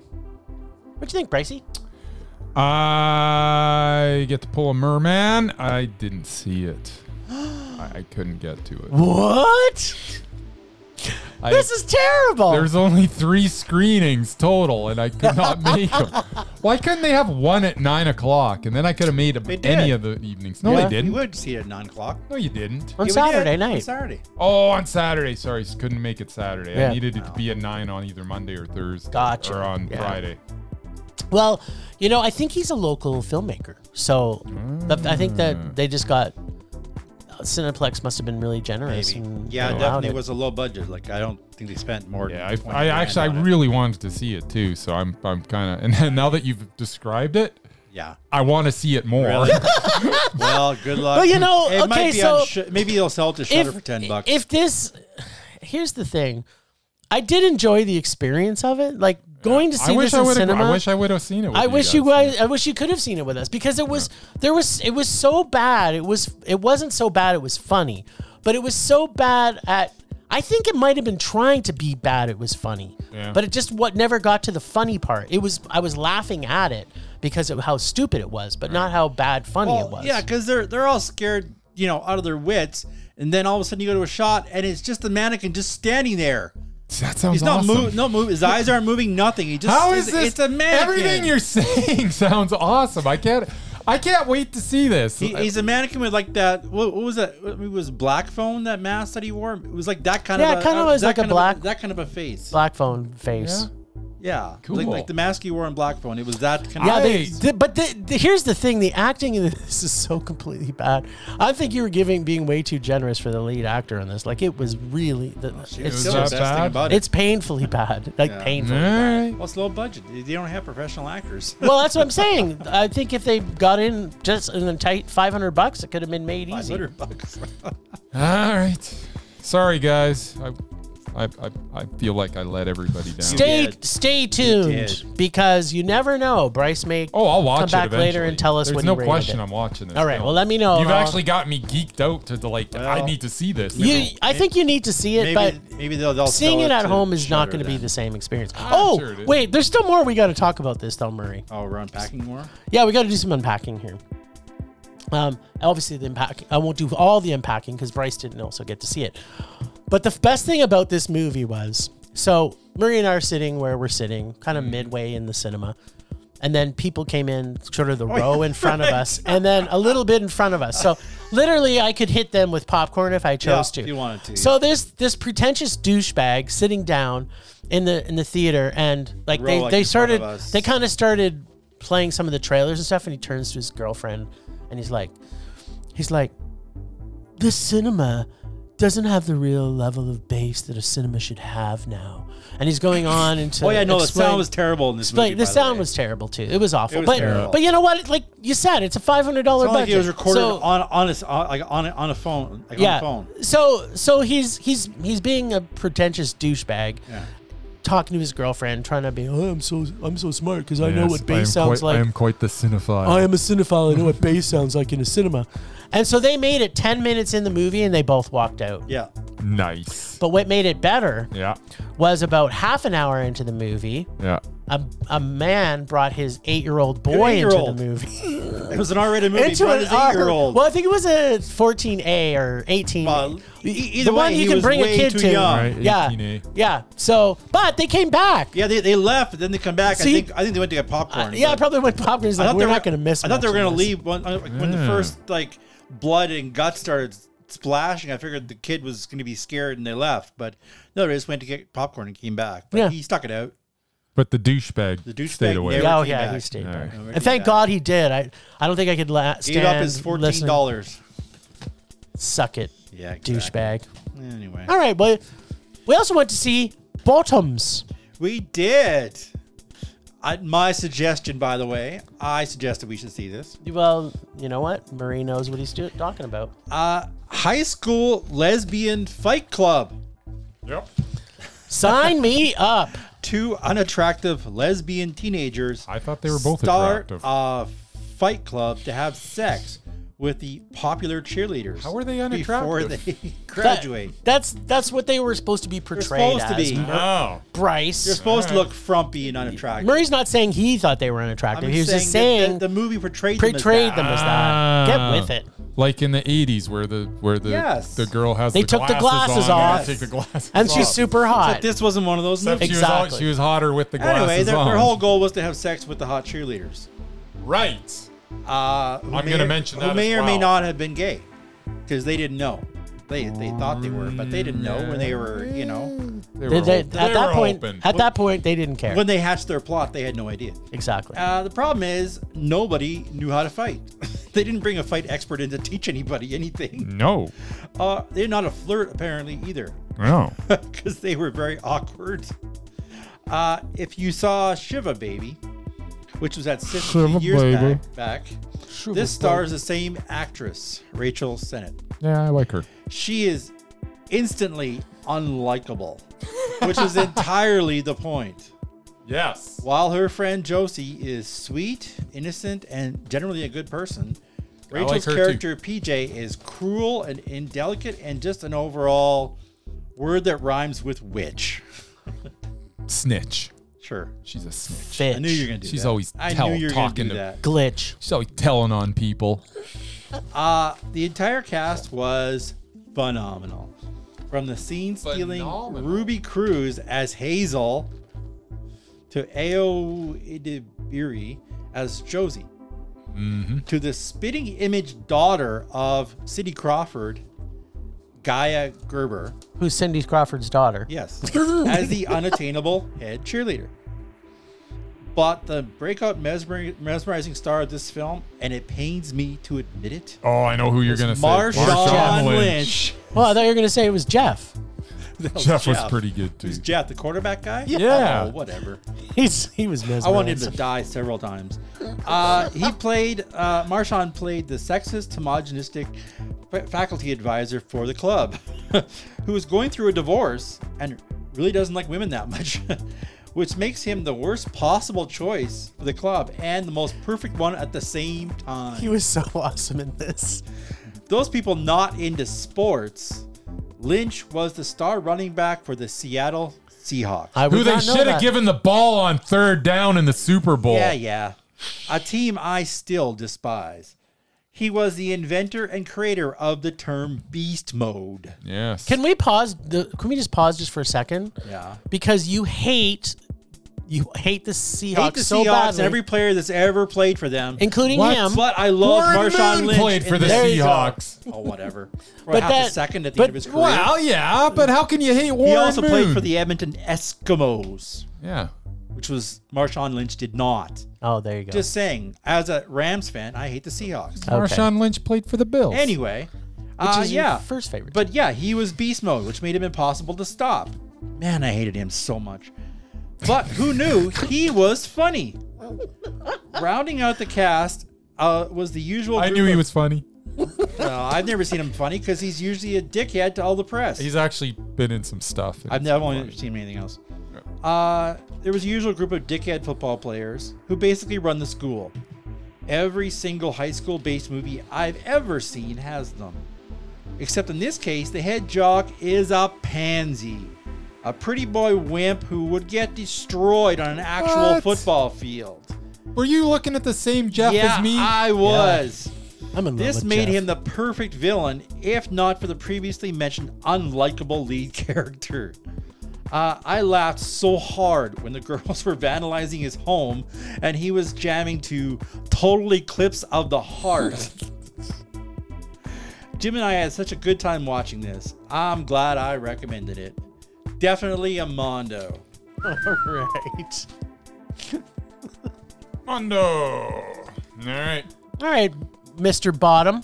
S4: What'd you think, Brycey?
S1: I get to pull a merman. I didn't see it. I I couldn't get to it.
S4: What?
S1: I-
S4: this is terrible.
S1: There's only three screenings total, and I could not make them. Why couldn't they have one at nine o'clock, and then I could have made
S3: They did.
S1: any of the evenings? No,
S4: Yeah.
S1: they
S3: You
S1: didn't.
S3: would see it at nine o'clock.
S1: No, you didn't.
S3: Yeah, we
S4: on
S3: did.
S4: Saturday
S3: On
S4: night.
S3: Saturday.
S1: Oh, on Saturday. Sorry, s- couldn't make it Saturday.
S4: Yeah.
S1: I needed it to be at nine on either Monday or Thursday,
S4: Gotcha.
S1: or on
S4: Yeah.
S1: Friday.
S4: Well, you know, I think he's a local filmmaker. So th- I think
S3: Mm.
S4: that they just got Cineplex must have been really generous.
S3: Maybe.
S4: And
S3: Yeah, it
S4: allowed
S3: definitely
S4: it.
S3: was a low budget. Like I don't think they spent more.
S1: Yeah,
S3: than
S1: I,
S3: 20
S1: I
S3: grand
S1: actually
S3: on
S1: I
S3: it.
S1: really wanted to see it too, so I'm I'm kind of and then now that you've described it,
S3: Yeah.
S1: I want to see it more.
S3: Really? Well, good luck.
S4: Well, you know,
S3: it
S4: okay,
S3: might be
S4: so
S3: on sh- maybe they'll sell it to Shutter for ten bucks.
S4: If this, here's the thing, I did enjoy the experience of it. Like going to see
S1: I wish
S4: this
S1: I
S4: in
S1: would
S4: cinema.
S1: I wish I would have seen it. With
S4: I wish you
S1: guys.
S4: guys. I wish you could have seen it with us because it was there was it was so bad. It was it wasn't so bad. It was funny, but it was so bad at. I think it might have been trying to be bad. It was funny,
S1: Yeah.
S4: but it just what never got to the funny part. It was I was laughing at it because of how stupid it was, but not how bad funny it was.
S3: Yeah, because they're they're all scared, you know, out of their wits, and then all of a sudden you go to a shot, and it's just the mannequin just standing there.
S1: That sounds
S3: He's not
S1: awesome.
S3: moving. No move. His eyes aren't moving. Nothing. He just.
S1: How is this?
S3: It's a mannequin.
S1: Everything you're saying sounds awesome. I can't. I can't wait to see this.
S3: He, he's a mannequin with like that. What, what was that? It was black phone that mask that he wore. It was like that kind
S4: Yeah,
S3: of.
S4: it kinda
S3: uh,
S4: was
S3: that
S4: like a
S3: kind
S4: black-
S3: that kind of a face.
S4: Black phone face.
S1: Yeah.
S3: Yeah,
S1: Cool.
S3: like, like the mask he wore in black phone. It was that kind
S4: Yeah,
S3: of.
S4: they,
S1: Nice.
S4: th- but the, the, here's the thing: the acting in this is so completely bad. I think you were giving being way too generous for the lead actor in this. Like it was really, the,
S3: It's
S4: it's
S1: was
S3: still the
S1: not
S3: best
S4: just,
S1: bad.
S3: thing about it.
S4: it's painfully bad. Like
S3: Yeah.
S4: painfully.
S1: All right.
S3: well, it's low budget. They they don't have professional actors.
S4: Well, that's what I'm saying. I think if they got in just in the tight 500 bucks, it could have been made easy.
S3: 500 bucks.
S1: All right. Sorry, guys. I, I, I, I feel like I let everybody down.
S4: Stay
S3: did.
S4: stay tuned
S3: did.
S4: because you never know. Bryce may
S1: oh, I'll watch
S4: come
S1: it
S4: back later
S1: eventually.
S4: and tell us
S1: There's
S4: what
S1: no
S4: he rated
S1: question.
S4: it.
S1: I'm watching this.
S4: All right,
S1: film.
S4: well, let me know.
S1: You've
S4: and I'll-
S1: actually got me geeked out to the like. I
S3: Well,
S1: need to see this.
S4: You, I think you need to see it,
S3: Maybe,
S4: but
S3: maybe they'll, they'll
S4: seeing
S3: sell
S4: it at
S3: to
S4: home is not
S3: Shudder
S4: going to be
S3: then.
S4: the same experience.
S1: I'm
S4: oh,
S1: Ah, sure it is.
S4: wait, there's still more we got to talk about this, though, Murray.
S3: Oh, we're unpacking more.
S4: Yeah, we got to do some unpacking here. Um, obviously the unpacking. I won't do all the unpacking because Bryce didn't also get to see it. But the f- best thing about this movie was so Murray and I are sitting where we're sitting, kind of
S3: Mm-hmm.
S4: midway in the cinema, and then people came in sort of the
S3: Oh,
S4: row in front of us, and then a little bit in front of us. So literally, I could hit them with popcorn if I chose
S3: Yeah,
S4: to.
S3: if you wanted to,
S4: So this this pretentious douchebag sitting down in the in the theater, and like
S3: Row,
S4: they
S3: like,
S4: they
S3: in front of
S4: started
S3: us.
S4: they kind of started playing some of the trailers and stuff and he turns to his girlfriend and he's like he's like the cinema doesn't have the real level of bass that a cinema should have now and he's going on into
S3: Oh yeah, no, the
S4: explain-
S3: sound was terrible in this
S4: explain-
S3: movie.
S4: the
S3: by
S4: sound
S3: way.
S4: was terrible too it was awful
S3: was
S4: but
S3: terrible.
S4: but you know what like you said it's a $500
S3: It's
S4: budget
S3: not like it was recorded
S4: So-
S3: on on a, on, like, on a, on a phone, like
S4: yeah
S3: on a phone.
S4: so so he's he's he's being a pretentious douchebag
S3: Yeah.
S4: talking to his girlfriend trying to be oh, i'm so i'm so smart because i know
S1: Yes,
S4: what
S1: I am
S4: bass sounds
S1: quite-
S4: like
S1: I am quite the cinephile.
S4: I am a cinephile. I know what bass sounds like in a cinema. And so they made it 10 minutes in the movie and they both walked out.
S3: Yeah.
S1: nice.
S4: But what made it better
S1: Yeah.
S4: was about half an hour into the movie,
S1: Yeah.
S4: a, a man brought his eight year old boy into the
S3: eight-year-old.
S4: movie.
S3: It was an R-rated movie.
S4: into uh,
S3: an eight-year-old.
S4: Well, I think it was a 14A or 18.
S3: Well, e-
S4: the
S3: either
S4: one
S3: way,
S4: you
S3: he
S4: can
S3: was
S4: bring a
S3: way
S4: kid
S3: too
S4: to.
S3: young.
S1: Right,
S4: yeah.
S1: 18A.
S4: Yeah. So, but they came back.
S3: Yeah, they, they left, but then they come back.
S4: So
S3: I
S4: you-
S3: think I think they went to get popcorn.
S4: Yeah, I
S3: but
S4: probably went popcorn. He's
S3: I
S4: like,
S3: thought
S4: we're
S3: they were
S4: not going to miss
S3: I thought they were
S4: much of
S3: gonna
S4: this."
S3: leave when uh, like, when the
S1: Yeah.
S3: first like blood and guts started splashing. I figured the kid was gonna be scared and they left, but no, they just went to get popcorn and came back. But
S4: Yeah.
S3: he stuck it out.
S1: But the douchebag,
S3: The douchebag
S1: stayed away.
S3: never
S4: Yeah, oh,
S3: came
S4: yeah,
S3: back.
S4: he stayed
S1: All
S4: back.
S1: right.
S3: Never
S4: And
S3: came
S4: thank
S3: back.
S4: God he did. I, I don't think I could la- stand.
S3: Gave up his fourteen
S4: listen.
S3: dollars.
S4: Suck it,
S3: Yeah,
S4: douchebag.
S3: Anyway,
S4: All right, well, we also went to see Bottoms.
S3: we did. I, my suggestion, by the way, I suggested we should see this.
S4: Well, you know what? Marie knows what he's do- talking about.
S3: Uh, high school lesbian fight club.
S1: Yep.
S4: Sign me up.
S3: Two unattractive lesbian teenagers
S1: I thought they were both
S3: start
S1: attractive.
S3: a fight club to have sex with the popular cheerleaders.
S1: How are they
S3: Before
S1: unattractive?
S3: they
S4: That-
S3: graduate.
S4: that's that's what they were supposed to be portrayed
S3: supposed to
S4: as.
S3: be.
S4: Mur-
S1: oh.
S3: You're
S4: Bryce.
S3: supposed to
S1: Alright.
S3: look frumpy and unattractive.
S4: Murray's not saying he thought they were
S3: I'm
S4: unattractive.
S3: just
S4: he was just
S3: that
S4: saying
S3: the, the movie portrayed,
S4: portrayed
S3: them.
S4: them
S3: As
S4: as that.
S1: Ah.
S4: Get with it.
S1: Like in the 80s where the where the
S3: Yes.
S1: the girl has
S4: They
S1: the
S4: took the glasses
S1: on.
S4: off.
S1: They take the glasses
S4: And
S1: off.
S4: she's super
S3: that.
S4: hot.
S3: But this wasn't one of those
S1: Except
S3: movies.
S1: she was, all,
S4: Exactly.
S1: she was hotter with the glasses
S3: Anyway, their,
S1: on.
S3: their whole goal was to have sex with the hot cheerleaders.
S1: right.
S3: Uh, who
S1: I'm
S3: may
S1: gonna
S3: or-
S1: mention
S3: who
S1: that
S3: may
S1: as
S3: or may
S1: well.
S3: not have been gay, because they didn't know. They they thought they were, but they didn't know when
S1: Mm,
S3: they were. You know,
S1: They
S4: They-
S1: were
S4: they-
S1: open. They
S4: at that
S1: were
S4: point,
S1: open.
S4: at that point, they didn't care.
S3: when they hatched their plot, they had no idea.
S4: exactly.
S3: Uh, the problem is nobody knew how to fight. they didn't bring a fight expert in to teach anybody anything.
S1: no.
S3: Uh, they're not a flirt apparently either,
S1: No.
S3: because they were very awkward. Uh, if you saw Shiva Baby, which was at 60
S1: Shiva
S3: years
S1: Baby.
S3: back, back this stars the same actress, Rachel Sennett.
S1: Yeah, I like her.
S3: she is instantly unlikable, which is entirely the point.
S1: Yes.
S3: While her friend Josie is sweet, innocent, and generally a good person,
S1: like
S3: Rachel's
S1: her too.
S3: character PJ is cruel and indelicate and just an overall word that rhymes with witch.
S1: Snitch.
S3: Sure.
S1: She's a snitch.
S4: Fitch.
S3: I knew you were gonna do
S1: She's
S3: that.
S1: always
S3: I
S1: tell-
S3: knew you were
S1: talking
S3: gonna
S1: to-
S3: do that.
S4: glitch.
S1: She's always telling on people.
S3: Uh, the entire cast was phenomenal. From the scene stealing
S1: Phenomenal.
S3: Ruby Cruz as Hazel to Ao Idibiri as Josie
S1: Mm-hmm.
S3: to the spitting image daughter of Cindy Crawford, Gaia Gerber.
S4: Who's Cindy Crawford's daughter?
S3: Yes. as the unattainable head cheerleader. But the breakout mesmer- mesmerizing star of this film, and it pains me to admit it,
S1: Oh, I know who you're gonna say.
S3: Marshawn Lynch.
S4: Well, I thought you were going to say it was Jeff.
S3: That was
S1: Jeff was pretty good too.
S3: Is Jeff the quarterback guy?
S1: Yeah.
S3: Oh, whatever.
S4: He's he was mesmerized.
S3: I wanted him to die several times. Uh, he played, uh, Marshawn played the sexist, homogenistic fa- faculty advisor for the club, who is going through a divorce and really doesn't like women that much, which makes him the worst possible choice for the club and the most perfect one at the same time
S4: He was so awesome in this.
S3: those people not into sports, Lynch was the star running back for the Seattle Seahawks.
S4: I would
S1: Who they
S4: not know
S1: should have
S4: that.
S1: given the ball on third down in the Super Bowl.
S3: yeah, yeah. A team I still despise. He was the inventor and creator of the term beast mode.
S1: Yes.
S4: Can we pause? The, can we just pause just for a second?
S3: Yeah.
S4: Because you hate, you hate the Seahawks
S3: Hate the
S4: so
S3: Seahawks,
S4: badly,
S3: every player that's ever played for them.
S4: including
S1: What?
S4: him.
S3: but I love
S1: Warren
S3: Marshawn
S1: Moon
S3: Lynch.
S1: played for
S3: in
S1: the
S3: this-
S1: Seahawks.
S3: Oh, whatever.
S4: But
S3: But half
S4: that-
S3: a second at the
S4: but-
S3: end of his career.
S1: Well, yeah, but how can you hate Warren
S3: he also played
S1: Moon?
S3: for the Edmonton Eskimos,
S1: Yeah.
S3: which was Marshawn Lynch did not.
S4: oh, there you go.
S3: Just saying, as a Rams fan, I hate the Seahawks.
S4: Okay.
S1: Marshawn Lynch played for the Bills.
S3: Anyway,
S4: Which
S3: uh,
S4: is your
S3: yeah,
S4: first favorite.
S3: but yeah, he was beast mode, which made him impossible to stop. Man, I hated him so much. But who knew he was funny? Rounding out the cast uh, was the usual.
S1: I
S3: group
S1: knew he
S3: of-
S1: was funny.
S3: No, I've never seen him funny because he's usually a dickhead to all the press.
S1: He's actually been in some stuff.
S3: I've never only seen anything else. Uh, there was a usual group of dickhead football players who basically run the school. Every single high school based movie I've ever seen has them. Except in this case, the head jock is a pansy, a pretty boy wimp who would get destroyed on an actual
S1: What?
S3: football field.
S1: Were you looking at the same Jeff
S3: yeah,
S1: as me?
S3: I was.
S4: I'm in love
S3: This
S4: with
S3: made
S4: Jeff.
S3: him the perfect villain, if not for the previously mentioned unlikable lead character. Uh, I laughed so hard when the girls were vandalizing his home and he was jamming to Total Eclipse of the Heart. Jim and I had such a good time watching this. I'm glad I recommended it. Definitely a Mondo.
S4: All right.
S1: Mondo. All right.
S4: All right, Mr. Bottom.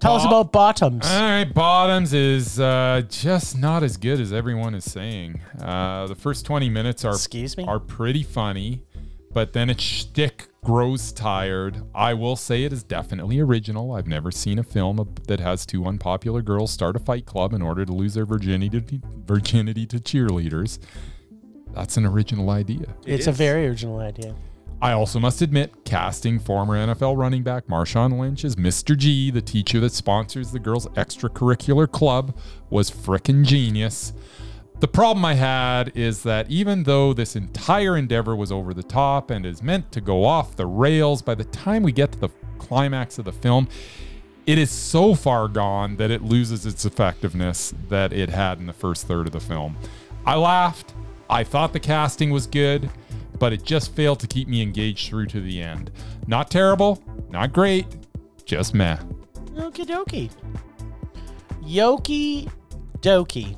S4: Tell us
S1: Bo-
S4: about Bottoms.
S3: Uh,
S1: All right, Bottoms is uh, just not as good as everyone is saying. Uh, the first 20 minutes are
S4: Excuse me?
S1: are pretty funny, but then its shtick grows tired. I will say it is definitely original. I've never seen a film ab- that has two unpopular girls start a fight club in order to lose their virginity to, virginity to cheerleaders. That's an original idea.
S4: it's a very original idea.
S1: I also must admit, casting former NFL running back Marshawn Lynch as Mr. G, the teacher that sponsors the girls' extracurricular club, was frickin' genius. The problem I had is that even though this entire endeavor was over the top and is meant to go off the rails, by the time we get to the climax of the film, it is so far gone that it loses its effectiveness that it had in the first third of the film. I laughed. I thought the casting was good, but it just failed to keep me engaged through to the end. Not terrible, not great, just meh.
S4: Okie dokie. Yoki doki.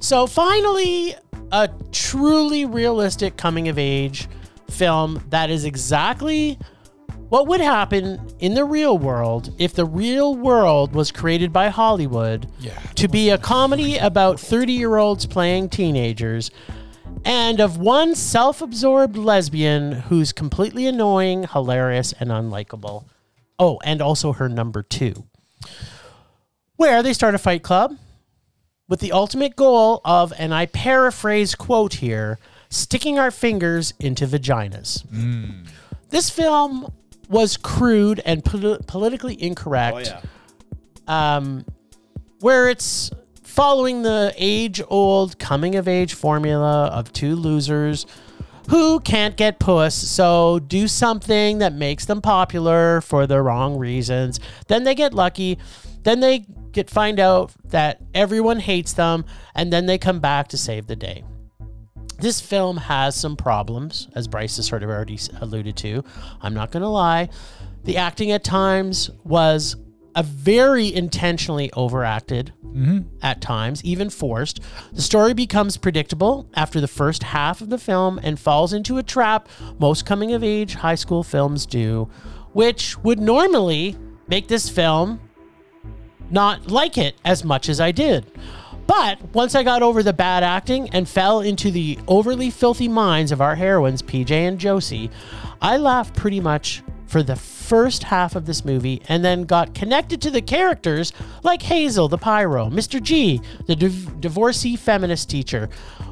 S4: So finally, a truly realistic coming of age film that is exactly what would happen in the real world if the real world was created by Hollywood
S1: Yeah.
S4: to be a comedy about 30 year olds playing teenagers and of one self absorbed lesbian who's completely annoying, hilarious, and unlikable. Oh, and also her number two, where they start a fight club with the ultimate goal of, and I paraphrase quote here, sticking our fingers into vaginas. This film was crude and poli- politically incorrect
S3: Oh, yeah.
S4: um, where it's following the age old coming of age formula of two losers who can't get puss, so do something that makes them popular for the wrong reasons. Then they get lucky. Then they get find out that everyone hates them, and then they come back to save the day. This film has some problems, as Bryce has sort of already s- alluded to. I'm not going to lie. The acting at times was a very intentionally overacted at times, even forced. The story becomes predictable after the first half of the film and falls into a trap most coming of age high school films do, which would normally make this film not like it as much as I did. But once I got over the bad acting and fell into the overly filthy minds of our heroines, PJ and Josie, I laughed pretty much for the first half of this movie and then got connected to the characters like Hazel, the pyro, Mr. G, the div- divorcee feminist teacher,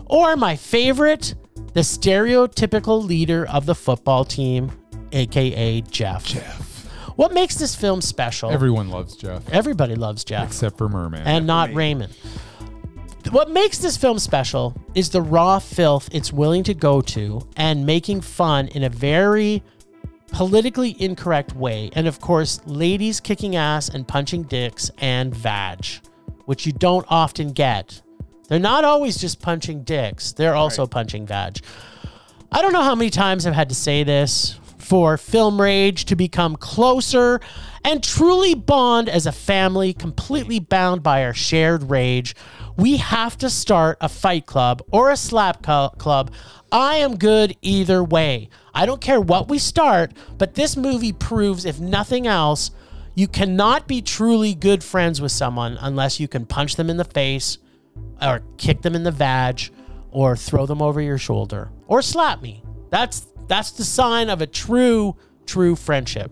S4: or my favorite, the stereotypical leader of the football team, aka Jeff. Jeff. What makes this film special?
S1: Everyone loves Jeff
S4: Everybody loves Jeff
S1: except for Merman.
S4: and not Raymond. What makes this film special is the raw filth it's willing to go to and making fun in a very politically incorrect way. And of course, ladies kicking ass and punching dicks and vag, which you don't often get. They're not always just punching dicks, they're also punching vag. I don't know how many times I've had to say this for Film Rage to become closer and truly bond as a family, completely bound by our shared rage. We have to start a fight club or a slap cu- club. I am good either way. I don't care what we start, but this movie proves, if nothing else, you cannot be truly good friends with someone unless you can punch them in the face, or kick them in the vag or throw them over your shoulder or slap me. That's that's the sign of a true true friendship.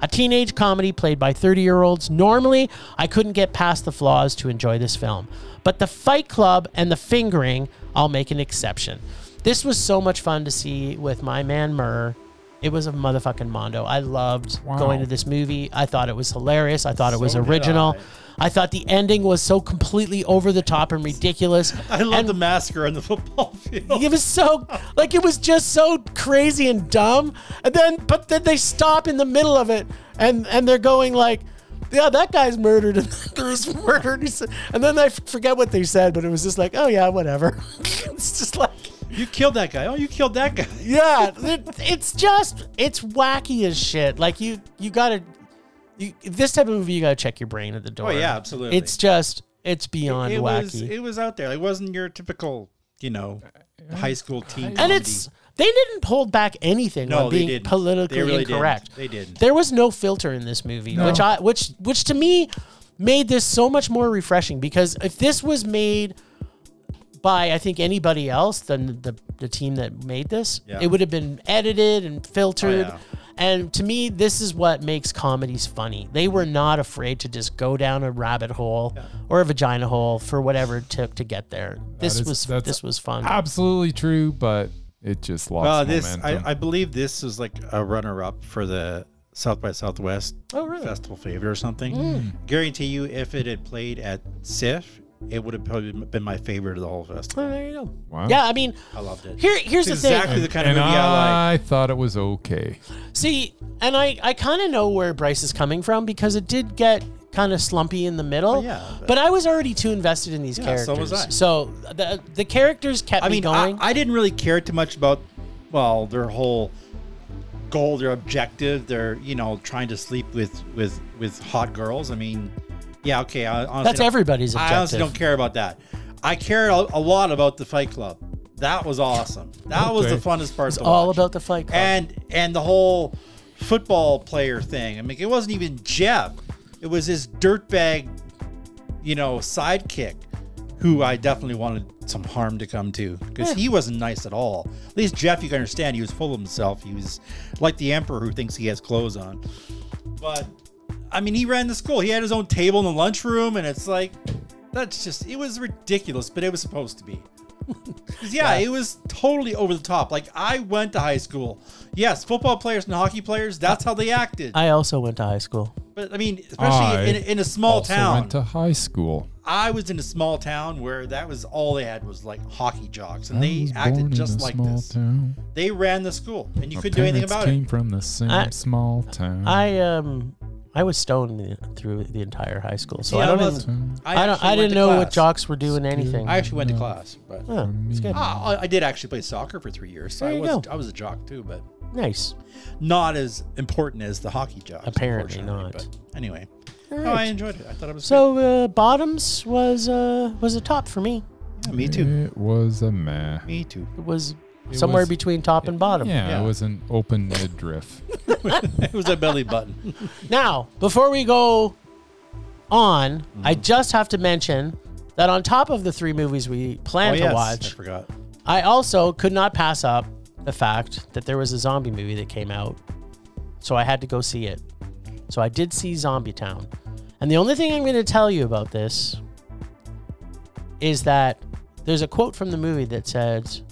S4: A teenage comedy played by 30-year-olds. Normally, I couldn't get past the flaws to enjoy this film, but the fight club and the fingering, I'll make an exception. This was so much fun to see with my man Murr. It was a motherfucking mondo. I loved
S1: Wow.
S4: going to this movie. I thought it was hilarious. I thought it was
S3: So did
S4: original. I thought the ending was so completely over the top and ridiculous.
S3: I love
S4: and
S3: the massacre on the football field.
S4: It was so like it was just so crazy and dumb. And then but then they stop in the middle of it and and they're going like yeah, that guy's murdered and that guy's murdered. He said- And then I forget what they said, but it was just like, oh yeah, whatever. it's just like
S3: You killed that guy. Oh, you killed that guy.
S4: yeah, it, it's just it's wacky as shit. Like you you gotta you this type of movie you gotta check your brain at the door.
S3: Oh yeah, absolutely.
S4: It's just it's beyond
S3: it
S4: wacky.
S3: was it was out there. It wasn't your typical, you know, high school teen.
S4: and
S3: comedy.
S4: it's they didn't hold back anything
S3: No,
S4: on
S3: they
S4: being
S3: didn't.
S4: politically
S3: They really didn't.
S4: incorrect.
S3: They didn't.
S4: There was no filter in this movie, which I which which to me made this so much more refreshing because if this was made by I think anybody else than the the team that made this,
S3: Yeah.
S4: it would have been edited and filtered.
S3: Oh, yeah.
S4: And to me, this is what makes comedies funny. They were not afraid to just go down a rabbit hole or a vagina hole for whatever it took to get there. This
S1: is-
S4: was
S1: that's
S4: this was fun.
S1: Absolutely true, but it just lost
S3: well, this
S1: momentum.
S3: I, I believe this was like a runner up for the South by Southwest
S4: Oh, really? Hmm.
S3: festival favorite or something. Guarantee you, if it had played at SIF, it would have probably been my favorite of the whole festival.
S4: Oh, there you go.
S1: Wow.
S4: Yeah, I mean,
S3: I loved it.
S4: here here's
S3: it's
S4: the thing.
S3: exactly the kind of
S1: and
S3: movie I like.
S1: I thought it was okay.
S4: See, and I, I kind of know where Bryce is coming from because it did get kind of slumpy in the middle.
S3: yeah,
S4: but,
S3: but-
S4: I was already too invested in these
S3: Yeah,
S4: characters.
S3: so was I.
S4: So the the characters kept
S3: I
S4: me
S3: mean, I,
S4: going.
S3: I didn't really care too much about, well, their whole goal, their objective, their you know trying to sleep with with with hot girls. I mean, yeah, okay. I, honestly
S4: That's
S3: don't-
S4: everybody's
S3: I honestly
S4: objective.
S3: don't care about that. I care a, a lot about the Fight Club. That was awesome. That was the
S1: Okay.
S3: funnest part. to
S4: all
S3: watch.
S4: about the fight club.
S3: and and the whole football player thing. I mean, it wasn't even Jeff. It was his dirtbag, you know, sidekick, who I definitely wanted some harm to come to because he wasn't nice at all. At least Jeff, you can understand, he was full of himself. He was like the emperor who thinks he has clothes on. But I mean, he ran the school. He had his own table in the lunchroom, and it's like. That's just, it was ridiculous, but it was supposed to be. 'Cause, yeah, it was totally over the top. Like I went to high school. Yes, football players and hockey players. That's how they acted.
S4: I also went to high school.
S3: but I mean, especially
S1: I
S3: in, in a small
S1: also
S3: town.
S1: went to high school.
S3: I was in a small town where that was all they had was like hockey jocks, and they
S5: was born
S3: acted
S5: in a
S3: just like
S5: small
S3: this.
S5: Town.
S3: They ran the school, and you
S5: My
S3: couldn't do anything
S5: parents
S3: about
S5: came
S3: it.
S5: from the same
S4: I-
S5: small town.
S4: I um I was stoned the- through the entire high school, so
S3: Yeah,
S4: I don't
S3: well,
S4: even,
S3: I,
S4: I, don't
S3: actually
S4: I
S3: went
S4: didn't
S3: to
S4: know what
S3: class.
S4: jocks were doing anything.
S3: I actually went to class, but
S4: oh, it's good.
S3: Ah, I I did actually play soccer for three years. So
S4: There
S3: I
S4: you
S3: was
S4: go.
S3: I was a jock too, but
S4: Nice.
S3: not as important as the hockey jocks.
S4: Apparently
S3: unfortunately,
S4: not.
S3: But anyway,
S4: All
S3: no, I
S4: right.
S3: enjoyed it. I thought it was
S4: So uh, bottoms was uh was a top for me.
S3: good. Yeah, me too.
S5: It was a meh.
S3: Me too.
S4: It was
S5: It
S4: somewhere
S5: was-
S4: between top and bottom.
S5: Yeah,
S3: Yeah.
S5: it was an open midriff.
S3: It was a belly button.
S4: Now, before we go on, I just have to mention that on top of the three movies we plan to
S3: Oh, I
S4: watch,
S3: forgot.
S4: I also could not pass up the fact that there was a zombie movie that came out. So I had to go see it. So I did see Zombie Town. And the only thing I'm going to tell you about this is that there's a quote from the movie that says,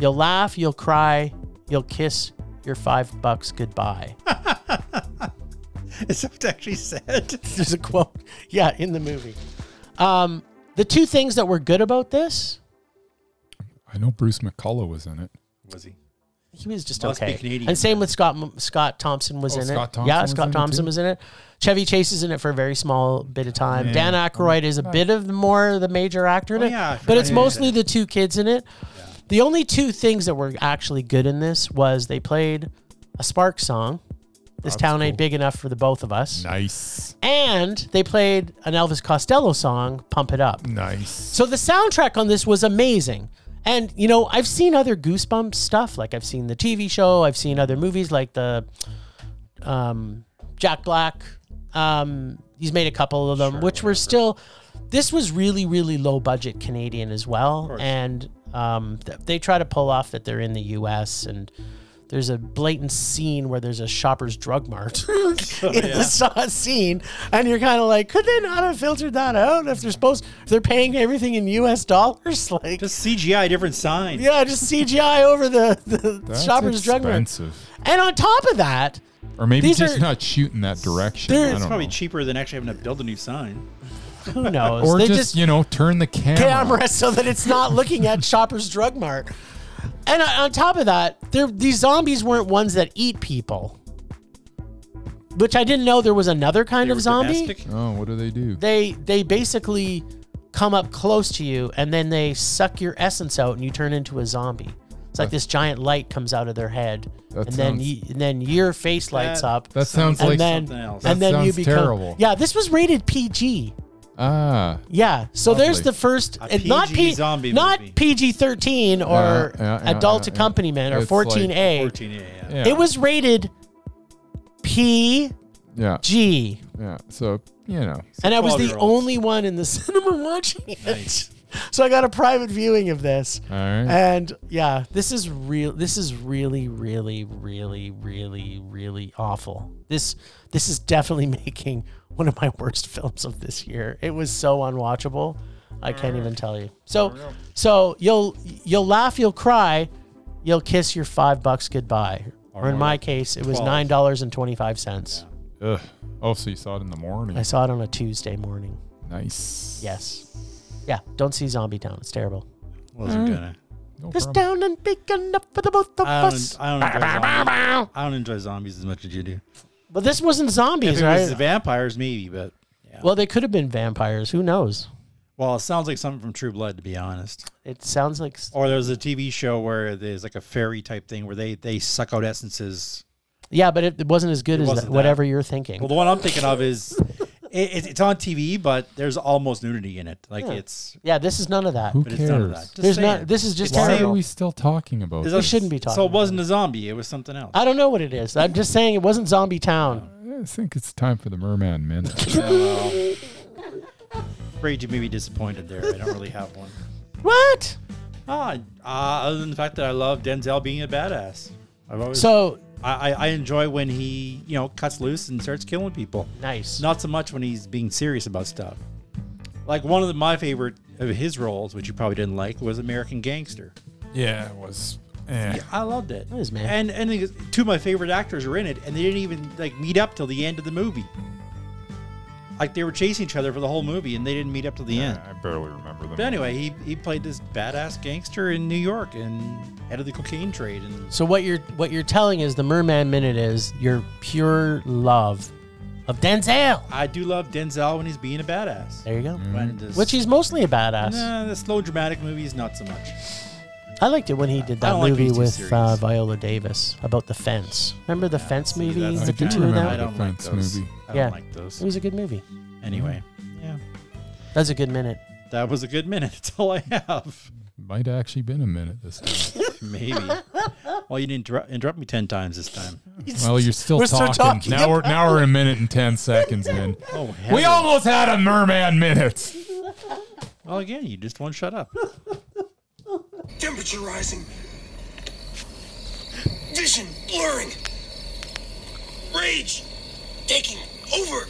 S4: You'll laugh, you'll cry, you'll kiss your five bucks goodbye.
S3: Is that what it actually said?
S4: There's a quote. Yeah, in the movie. Um, the two things that were good about this,
S5: I know Bruce McCullough was in it.
S3: Was he?
S4: he was just
S3: Must be
S4: okay.
S3: Canadian
S4: and same with Scott Scott Thompson was
S5: Oh,
S4: in
S5: Scott
S4: it.
S5: Thompson
S4: yeah,
S5: was
S4: Scott
S5: in it
S4: Thompson
S5: too?
S4: was in it. Chevy Chase is in it for a very small bit of time. Dan Aykroyd is a bit of the more the major actor in
S3: Oh,
S4: it,
S3: yeah, I
S4: but it's
S3: forgot he was in
S4: mostly the two kids in it. The only two things that were actually good in this was they played a Spark song. This town ain't big enough for the both of us.
S1: Nice.
S4: And they played an Elvis Costello song, Pump It Up.
S1: Nice.
S4: So the soundtrack on this was amazing. And you know, I've seen other Goosebumps stuff. Like I've seen the TV show, I've seen other movies like the um, Jack Black. Um, he's made a couple of them, which were still. This was really, really low budget Canadian as well, and um, th- they try to pull off that they're in the U.S. and there's a blatant scene where there's a shopper's drug mart
S5: Oh,
S4: in the sa- scene, and you're kind of like, could they not have filtered that out if they're supposed if they're paying everything in U.S. dollars? Like,
S3: Just CGI different sign.
S4: yeah, just CGI over the, the
S5: That's
S4: shopper's drug mart.
S5: expensive.
S4: And on top of that,
S5: Or maybe
S4: These
S5: he's just
S4: are-
S5: not shooting that direction.
S4: There-
S5: I
S4: it's
S5: don't
S3: Probably
S5: know.
S3: cheaper than actually having to build a new sign.
S4: who knows?
S5: Or
S4: They
S5: just, you know, turn the camera.
S4: camera so that it's not looking at Shoppers Drug Mart. And on on top of that, there these zombies weren't ones that eat people, which I didn't know there was another kind
S3: They
S4: of
S3: were
S4: zombie.
S3: domestic.
S5: Oh, what do they do?
S4: They they basically come up close to you and then they suck your essence out and you turn into a zombie. It's like this giant light comes out of their head,
S5: That
S4: and then
S5: sounds-
S4: you, and then your face lights
S3: That-
S4: up.
S5: that sounds
S4: and
S5: like
S4: then,
S3: something else.
S4: and
S5: That
S4: then you
S5: sounds
S4: become
S5: terrible.
S4: yeah. This was rated PG.
S5: ah,
S4: Yeah. So there's
S5: Lovely.
S4: the first,
S3: A
S4: and not
S3: PG
S4: P,
S3: zombie
S4: not
S3: movie.
S4: PG thirteen or
S5: Yeah, yeah, yeah,
S4: adult
S5: yeah, yeah.
S4: accompaniment or
S5: It's like
S4: fourteen A.
S3: 14, yeah, yeah.
S5: yeah,
S4: It was rated PG,
S5: yeah, yeah. So you know,
S4: and I was the
S3: 12-year-olds.
S4: only one in the cinema watching it. So I got a private viewing of this.
S5: all right.
S4: And yeah, this is real. This is really, really, really, really, really awful. This this is definitely making one of my worst films of this year. It was so unwatchable, I can't even tell you. So so you'll you'll laugh, you'll cry, you'll kiss your five bucks goodbye. Or in my case, it was
S3: Twelve.
S4: nine dollars and twenty five cents.
S5: Ugh. Oh, so you saw it in the morning?
S4: I saw it on a Tuesday morning.
S5: Nice.
S4: Yes. Yeah, don't see Zombie Town. It's terrible.
S3: Wasn't
S4: Mm.
S3: gonna.
S5: No
S4: This
S5: problem.
S4: town and big enough for the both of
S3: I
S4: us.
S3: don't, Um, I, don't enjoy zombies. I don't enjoy zombies as much as you do.
S4: But this wasn't zombies,
S3: If it
S4: right?
S3: was vampires, maybe, but yeah.
S4: Well, they could have been vampires. Who knows?
S3: Well, it sounds like something from True Blood, to be honest.
S4: It sounds like
S3: Or there was a TV show where there's like a fairy type thing where they they suck out essences.
S4: yeah, but it, it wasn't as good as
S3: wasn't
S4: that-
S3: that.
S4: whatever you're thinking.
S3: Well, the one I'm thinking of is it, it, it's on TV, but there's almost nudity in it. Like
S4: Yeah.
S3: it's,
S4: yeah, this is none of that.
S5: Who
S3: but it's none of that.
S5: cares?
S3: Just
S4: There's
S3: saying.
S4: not. This is just
S3: It's
S5: Why
S3: terrible.
S5: are
S4: terrible.
S5: we still talking about
S3: There's
S5: this?
S4: We shouldn't be talking.
S3: so it
S4: about
S3: wasn't a zombie; it was something else.
S4: it. I don't know what it is. I'm just saying it wasn't Zombie Town.
S5: I think it's time for the Merman Minute.
S3: afraid you may be disappointed there. I don't really have one.
S4: What?
S3: Ah, uh, other than the fact that I love Denzel being a badass. I've always
S4: So
S3: I, I I enjoy when he you know cuts loose and starts killing people.
S4: nice.
S3: Not so much when he's being serious about stuff. Like one of the, my favorite of his roles, which you probably didn't like, was American Gangster.
S1: Yeah, it was. Eh.
S3: I loved it.
S4: is, man.
S3: And and the- two of my favorite actors are in it, and they didn't even like meet up till the end of the movie. Like they were chasing each other for the whole movie and they didn't meet up till the end.
S1: I barely remember them.
S3: But anyway, he, he played this badass gangster in New York and head of the cocaine trade. And
S4: So what you're what you're telling is the Merman Minute is your pure love of Denzel.
S3: I do love Denzel when he's being a badass.
S4: There you go.
S3: When this,
S4: Which he's mostly a badass.
S3: Nah, the slow dramatic movies, not so much.
S4: I liked it when he did
S3: I
S4: that
S3: don't like
S4: movie
S3: these two
S4: with
S3: series.
S4: uh, Viola Davis about the fence. Remember the fence
S3: See,
S4: movie
S3: that's
S1: I
S4: with
S3: the
S4: the
S1: do
S4: two of
S1: remember
S3: I
S4: them?
S3: don't like
S1: Fence
S3: those.
S1: movie.
S3: I don't
S4: Yeah.
S3: like
S4: It
S3: those.
S4: was a good movie.
S3: Anyway, yeah,
S4: That's a good minute.
S3: that was a good minute. That's all I have.
S1: Might have actually been a minute this time.
S3: Maybe. well, you didn't interrupt, interrupt me ten times this time.
S1: well, you're still
S4: We're still
S1: talking.
S4: talking
S1: Now we're now we're a minute and ten seconds in.
S3: Oh,
S1: We
S3: heaven.
S1: almost had a merman minute.
S3: Well, again, you just won't shut up.
S2: Temperature rising. Vision blurring. Rage taking over.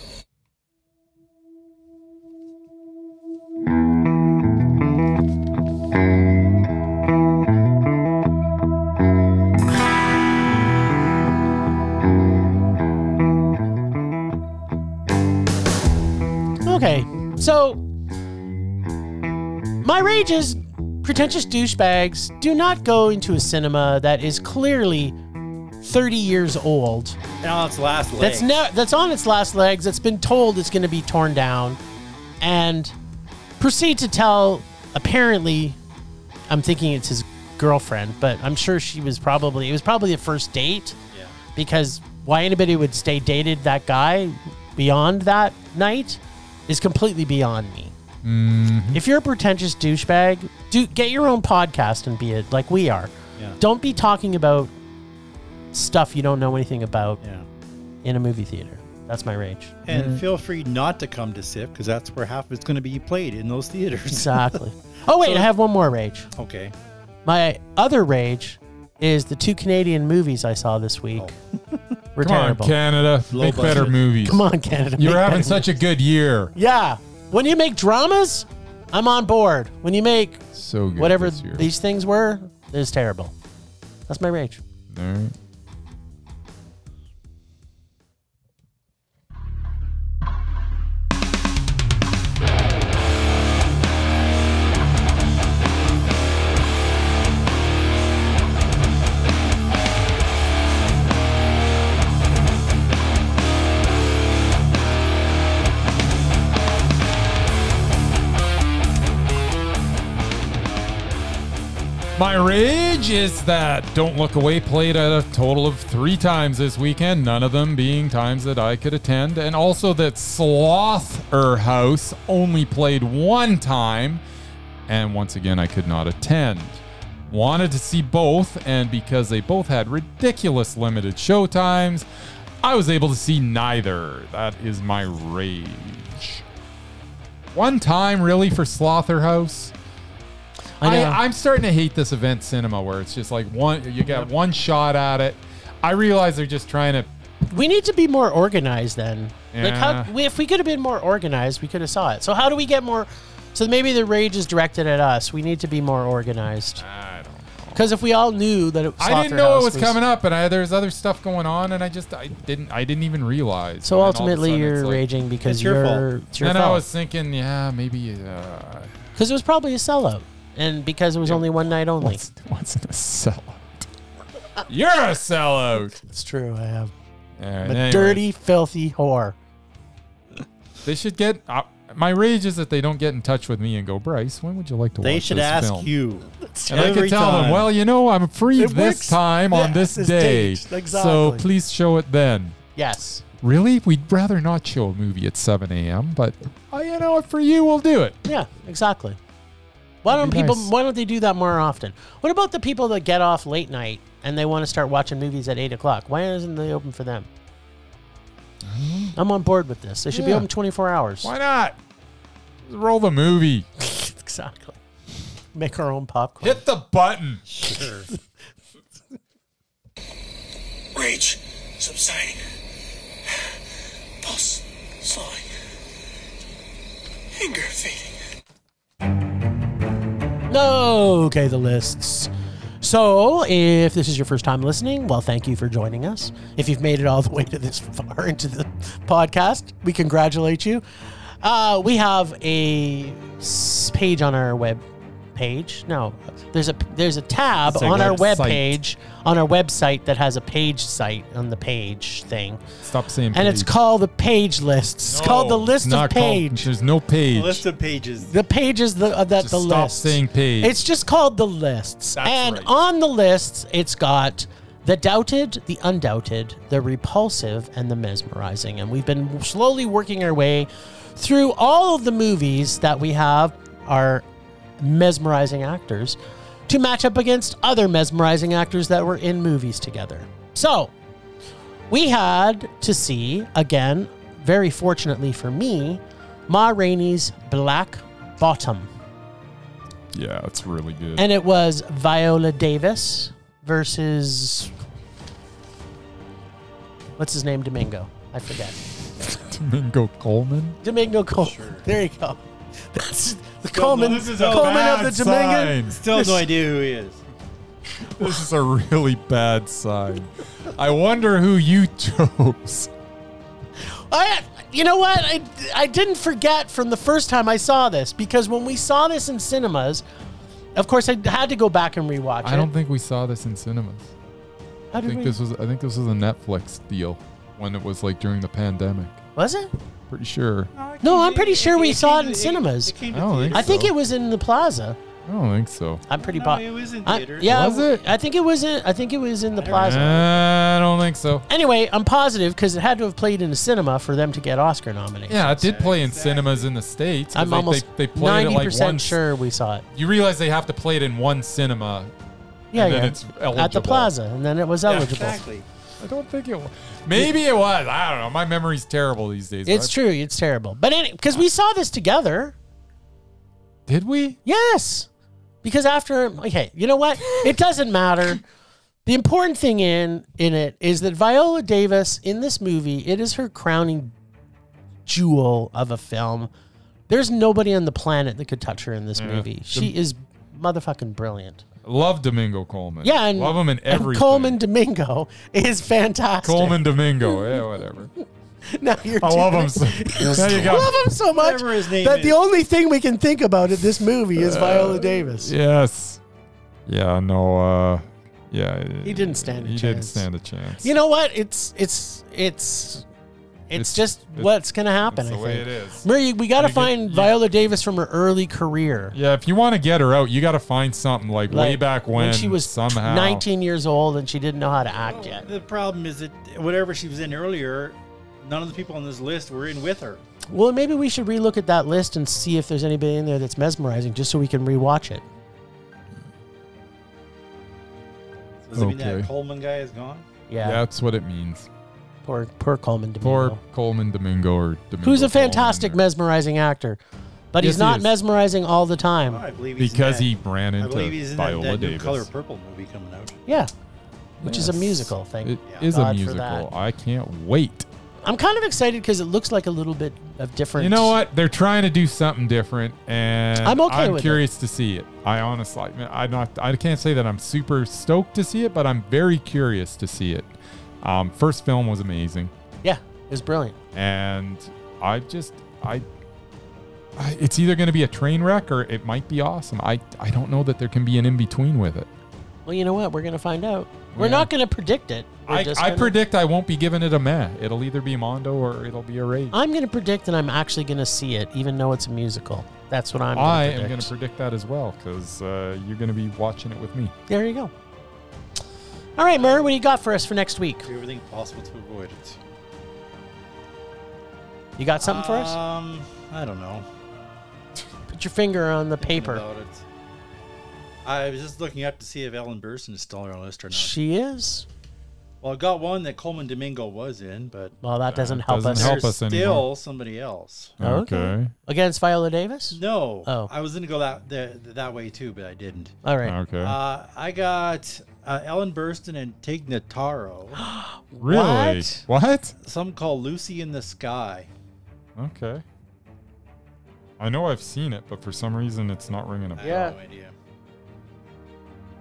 S4: Okay, so my rage is pretentious douchebags do not go into a cinema that is clearly 30 years old.
S3: Now it's last leg.
S4: That's ne- that's on its last legs. It's been told it's going to be torn down, and proceed to tell. Apparently, I'm thinking it's his girlfriend, but I'm sure she was probably it was probably the first date
S3: Yeah.
S4: because why anybody would stay dated that guy beyond that night is completely beyond me.
S3: Mm-hmm.
S4: If you're a pretentious douchebag, do get your own podcast and be it like we are.
S3: Yeah.
S4: Don't be talking about stuff you don't know anything about
S3: Yeah.
S4: in a movie theater. That's my rage.
S3: And feel free not to come to SIP because that's where half of it's going to be played in those theaters.
S4: Exactly. oh wait, I have one more rage.
S3: okay.
S4: My other rage is the two Canadian movies I saw this week. Were
S1: Oh. Come
S4: terrible.
S1: on, Canada,
S3: Low
S1: make better
S3: budget.
S1: movies.
S4: Come on, Canada.
S1: You're
S4: make
S1: having
S4: better
S1: such a good year.
S4: Yeah. When you make dramas, I'm on board. When you make
S1: So good.
S4: whatever
S1: this year.
S4: these things were, it is terrible. That's my rage.
S1: All right. My rage is that Don't Look Away played a total of three times this weekend, none of them being times that I could attend, and also that Slother House only played one time, and once again I could not attend. Wanted to see both, and because they both had ridiculous limited show times, I was able to see neither. That is my rage. One time, really, for Slother House?
S4: I know.
S1: I, I'm starting to hate this event cinema where it's just like one you got one shot at it. I realize they're just trying to
S4: we need to be more organized then. Like
S1: Yeah.
S4: how we, if we could have been more organized, we could have saw it. So how do we get more? So maybe the rage is directed at us. We need to be more organized.
S1: I don't
S4: Because if we all knew that it,
S1: I didn't know it
S4: Slaughterhouse
S1: was, coming up and I there's other stuff going on and I just I didn't I didn't even realize. And then
S4: So
S1: all of a
S4: ultimately,
S1: sudden
S4: you're
S1: it's like-
S4: raging because
S3: It's your fault.
S4: you're. It's your
S1: Then
S4: fault.
S1: I was thinking, yeah, maybe uh,
S4: Because it was probably a sellout, and because it was only one night only.
S1: what's what's in a sellout? You're a sellout.
S4: It's true. I have.
S1: All right,
S4: I'm a
S1: anyways.
S4: dirty, filthy whore.
S1: They should get. Uh, my rage is that they don't get in touch with me and go, Bryce. When would you like to
S3: They
S1: watch
S3: should
S1: this
S3: ask
S1: film?"
S3: you.
S1: And I
S3: Every
S1: could tell them,
S3: time.
S1: well, you know, I'm free
S4: It
S1: this
S4: works.
S1: time on
S4: Yeah,
S1: this,
S4: this
S1: day.
S4: date.
S1: So
S4: Exactly.
S1: please show it then.
S4: Yes.
S1: Really? We'd rather not show a movie at 7 a.m., but, uh, you know, for you, we'll do it.
S4: Yeah. Exactly. Why don't
S1: That'd be
S4: people?
S1: nice.
S4: Why don't they do that more often? What about the people that get off late night and they want to start watching movies at eight o'clock? Why isn't they open for them? I'm on board with this. They should
S1: Mm-hmm.
S4: be
S1: Yeah.
S4: open 24 hours.
S1: Why not? Just roll the movie.
S4: exactly. Make our own popcorn.
S1: Hit the button.
S2: Rage subsiding. Pulse slowing. Anger fading.
S4: No, okay, the lists. So, if this is your first time listening, well, thank you for joining us. If you've made it all the way to this far into the podcast. We congratulate you. Uh, we have a s- page on our web page. No, there's a there's a tab
S1: It's a
S4: on our web
S1: website.
S4: page on our website that has a page site on the page thing,
S1: Stop saying
S4: and it's
S1: page.
S4: called the page list. It's called the
S1: No,
S4: list of
S1: not called-
S4: page.
S1: there's no page.
S3: List of pages.
S4: The page is the uh, that
S1: Just
S4: the
S1: stop
S4: list.
S1: saying page.
S4: It's just called the lists.
S1: That's
S4: and
S1: right.
S4: on the lists, it's got the doubted, the undoubted, the repulsive, and the mesmerizing. And we've been slowly working our way through all of the movies that we have are mesmerizing actors to match up against other mesmerizing actors that were in movies together. So we had to see again, very fortunately for me, Ma Rainey's Black Bottom.
S1: yeah, it's really good.
S4: And it was Viola Davis versus what's his name? Domingo. I forget.
S1: Domingo Coleman.
S4: Domingo Coleman. There you go. That's the Coleman,
S3: this is a
S4: Coleman of the
S1: Bad
S4: Domingo.
S1: sign.
S3: Still no idea who he is.
S1: This is a really bad sign. I wonder who you chose.
S4: I, you know what? I, I didn't forget from the first time I saw this because when we saw this in cinemas, of course I had to go back and rewatch it.
S1: I don't think we saw this in cinemas.
S4: How
S1: I
S4: did
S1: think
S4: we-
S1: this was I think this was a Netflix deal when it was like during the pandemic.
S4: was it.
S1: Pretty sure.
S4: No, I'm pretty sure we saw it in
S3: came to-
S4: cinemas.
S3: it came to
S1: I don't think
S4: I think
S1: so.
S4: it was in the plaza.
S1: I don't think so.
S4: I'm pretty.
S3: No,
S4: po-
S3: it was in
S4: I-
S3: theaters.
S4: yeah,
S1: Was it?
S4: I think it was in. I think it was in the plaza.
S1: I don't think so.
S4: Anyway, I'm positive because it had to have played in a cinema for them to get Oscar nominations.
S1: Yeah, it did play in cinemas in the states. 'cause
S4: I'm
S1: they,
S4: almost
S1: they, they played it
S4: ninety
S1: like
S4: percent
S1: once.
S4: sure we saw it.
S1: You realize they have to play it in one cinema.
S4: Yeah,
S1: and
S4: yeah.
S1: Then it's
S4: At the
S1: eligible.
S4: plaza, and then it was
S3: Yeah,
S4: eligible.
S3: exactly.
S1: I don't think it was. Maybe it was. I don't know. My memory's terrible these days.
S4: It's
S1: but-
S4: true. It's terrible, but because we saw this together,
S1: Did we?
S4: yes. Because after, okay, you know what? It doesn't matter. The important thing in in it is that Viola Davis in this movie, it is her crowning jewel of a film. There's nobody on the planet that could touch her in this movie. She is motherfucking brilliant.
S1: Love Domingo Coleman.
S4: Yeah, and
S1: love him in
S4: and
S1: everything.
S4: Coleman Domingo is fantastic.
S1: Coleman Domingo. Yeah, whatever.
S4: now you're
S1: I
S4: too-
S1: love him. So, there you go.
S4: Love him so much
S3: Whatever his name
S4: that the
S3: is.
S4: only thing we can think about in this movie is
S1: Uh,
S4: Viola Davis.
S1: Yes. Yeah. No. Uh. Yeah. He
S4: didn't stand a
S1: He didn't
S4: chance.
S1: stand a chance.
S4: You know what? It's it's it's
S1: It's-
S4: it's, just
S1: it's-
S4: what's gonna happen.
S1: it's
S4: I
S1: the way
S4: think.
S1: it is.
S4: Murray, we got
S1: You
S4: to
S1: get-
S4: find
S1: you-
S4: Viola Davis from her early career.
S1: Yeah. If you want to get her out, you got to find something like, way
S4: Like,
S1: back when,
S4: she was
S1: somehow
S4: 19 years old and she didn't know how to act yet.
S3: The problem is that whatever she was in earlier, none of the people on this list were in with her.
S4: Well, maybe we should relook at that list and see if there's anybody in there that's mesmerizing, just so we can rewatch it.
S3: So does that mean that
S1: Okay.
S3: Coleman guy is gone?
S4: Yeah,
S1: Yeah, That's what it means.
S4: poor poor Coleman Domingo.
S1: Poor Coleman Domingo or Domingo.
S4: who's a
S1: Coleman
S4: fantastic,
S1: or-
S4: mesmerizing actor, but
S1: Yes,
S4: he's
S1: he
S4: not
S1: is.
S4: mesmerizing all the
S3: Oh, I
S4: time.
S3: believe he's in
S1: Because
S3: that-
S1: he ran
S3: I
S1: into
S3: believe he's in that,
S1: Viola
S3: that new
S1: Davis.
S3: Color Purple movie coming out.
S4: Yeah, which is a
S1: Yes.
S4: musical thing.
S1: It
S3: Yeah.
S1: is
S4: God
S1: a
S4: for
S1: musical.
S4: that.
S1: I can't wait.
S4: I'm kind of excited because it looks like a little bit of different.
S1: You know what? They're trying to do something different, and
S4: I'm okay with it.
S1: curious to see it. I honestly, I'm not. I can't say that I'm super stoked to see it, but I'm very curious to see it. Um, first film was amazing,
S4: Yeah, it was brilliant.
S1: and I just, I, I it's either going to be a train wreck or it might be awesome. I, I don't know that there can be an in between with it.
S4: Well, you know what? We're gonna find out. We're
S1: Yeah.
S4: not gonna predict it. We're
S1: I,
S4: just
S1: I
S4: gonna-
S1: predict I won't be giving it a meh. It'll either be Mondo or it'll be a rage.
S4: I'm gonna predict that I'm actually gonna see it, even though it's a musical. That's what I'm. Gonna
S1: I
S4: predict.
S1: am going to predict that as well because uh, you're going to be watching it with me.
S4: There you go. All right, Murray, what do you got for us for next week?
S3: Do everything possible to avoid it.
S4: You got something for
S1: Uh,
S4: us?
S3: Um, I don't know.
S4: Put your finger on the
S3: Thinking
S4: paper.
S3: about it. I was just looking up to see if Ellen Burstyn is still on our list or not.
S4: She is.
S3: Well, I got one that Coleman Domingo was in, but
S4: Well, that doesn't help
S1: doesn't
S4: us. Oh,
S1: help.
S3: there's
S1: us
S3: still
S1: anymore.
S3: somebody else.
S1: Okay.
S4: Against Viola Davis.
S3: No,
S4: Oh.
S3: I was gonna go that that, that way too, but I didn't.
S4: All right.
S1: Okay.
S3: Uh, I got uh, Ellen Burstyn and Tig Notaro.
S1: really?
S4: what?
S3: some call Lucy in the Sky.
S1: Okay. I know I've seen it, but for some reason it's not ringing a
S3: I
S1: bell.
S4: Yeah.
S3: have no idea.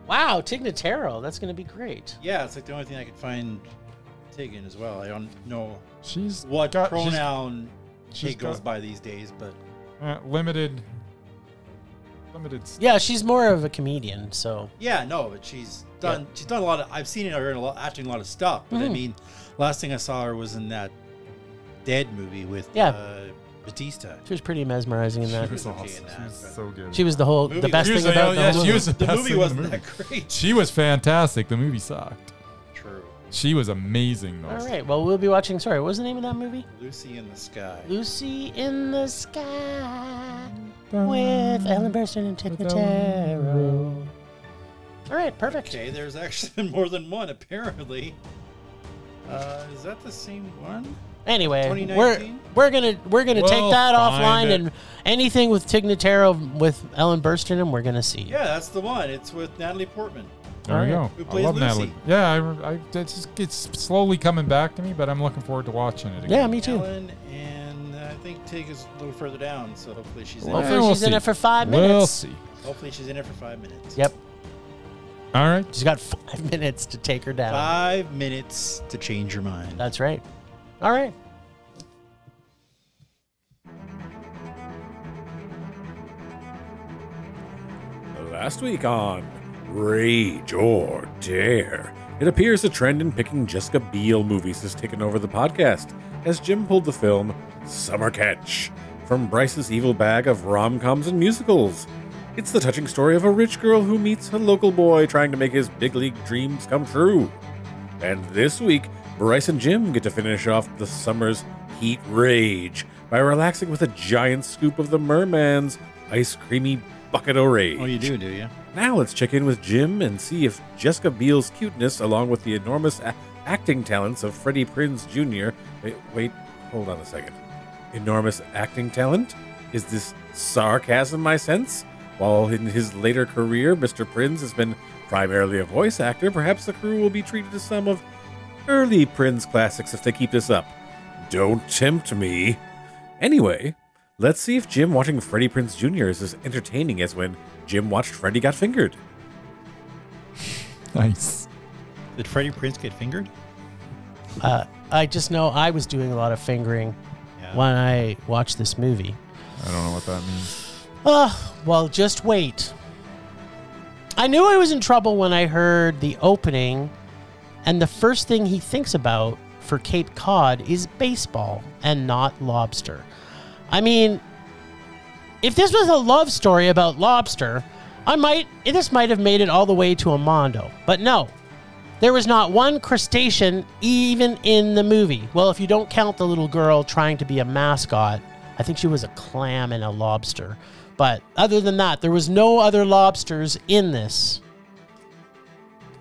S4: Wow, Tignataro. That's gonna be great.
S3: Yeah, it's like the only thing I could find Tegan as well. I don't know
S5: She's
S3: what
S5: got, she's-
S3: pronoun she
S5: she's
S3: goes
S5: got-
S3: by these days, but
S5: uh, limited. Limited. st-
S4: Yeah, she's more of a comedian, so
S3: yeah, no, but she's done. She's done a lot of. I've seen her in a lot, acting a lot of stuff.
S5: Hmm.
S3: But I mean, last thing I saw her was in that Dead movie with
S4: Yeah.
S3: uh, Batista.
S4: she was pretty mesmerizing in
S5: She
S4: that.
S5: was
S3: okay in
S5: awesome.
S3: that,
S5: She was
S3: but-
S5: so good.
S4: She was the whole the
S3: Movie
S4: best
S5: She was
S4: thing about
S5: the-
S4: the
S5: yeah,
S4: whole
S5: she was the,
S3: The
S5: best
S3: movie
S5: thing in the
S3: wasn't
S5: movie.
S3: that great.
S5: She was fantastic. The movie sucked.
S3: True.
S5: She was amazing though.
S4: All right, well we'll be watching. Sorry, what was the name of that movie?
S3: Lucy in the Sky.
S4: Lucy in the Sky with Ellen Burstyn and Ted Notaro. All right, perfect.
S3: Okay, there's actually more than one apparently. Uh, is that the same one?
S4: Anyway,
S3: 2019?
S4: we're we're gonna we're gonna take
S5: We'll
S4: that offline
S5: find it.
S4: and anything with Tig Notaro with Ellen Burstyn, and we're gonna see.
S3: Yeah, that's the one. It's with Natalie Portman.
S5: There we
S4: All right.
S3: Who
S5: go. I
S3: plays
S5: love
S3: Lucy?
S5: Natalie. Yeah, I, re- I, it's, just, it's slowly coming back to me, but I'm looking forward to watching it again.
S4: Yeah, me too.
S3: Ellen and uh, I think Tig is a little further down, so hopefully she's in
S4: Well,
S3: it.
S4: Hopefully she's in it for five
S5: We'll
S4: minutes.
S5: see.
S3: Hopefully she's in it for five minutes.
S4: Yep,
S5: All right.
S4: she's got five minutes to take her down.
S3: Five minutes to change your mind.
S4: That's right. All right.
S6: Last week on Rage or Dare, it appears the trend in picking Jessica Biel movies has taken over the podcast, as Jim pulled the film Summer Catch from Bryce's evil bag of rom coms and musicals. It's the touching story of a rich girl who meets a local boy trying to make his big league dreams come true. And this week, Bryce and Jim get to finish off the summer's heat rage by relaxing with a giant scoop of the merman's ice creamy bucket o' rage.
S3: Oh, you do, do you?
S6: Now let's check in with Jim and see if Jessica Biel's cuteness, along with the enormous a- acting talents of Freddie Prinz Jr. Wait, wait, hold on a second. Enormous acting talent? Is this sarcasm I sense? While in his later career, Mr. Prinz has been primarily a voice actor, perhaps the crew will be treated to some of early Prinz classics if they keep this up. Don't tempt me. Anyway, let's see if Jim watching Freddie Prince Jr. is as entertaining as when Jim watched Freddie got fingered.
S5: Nice.
S3: Did Freddie Prince get fingered?
S4: Uh, I just know I was doing a lot of fingering
S3: Yeah.
S4: when I watched this movie.
S5: I don't know what that means.
S4: Oh, well, just wait. I knew I was in trouble when I heard the opening, and the first thing he thinks about for Cape Cod is baseball and not lobster. I mean, if this was a love story about lobster, I might this might have made it all the way to Amondo. But no. There was not one crustacean even in the movie. Well, if you don't count the little girl trying to be a mascot, I think she was a clam and a lobster. But other than that, there was no other lobsters in this.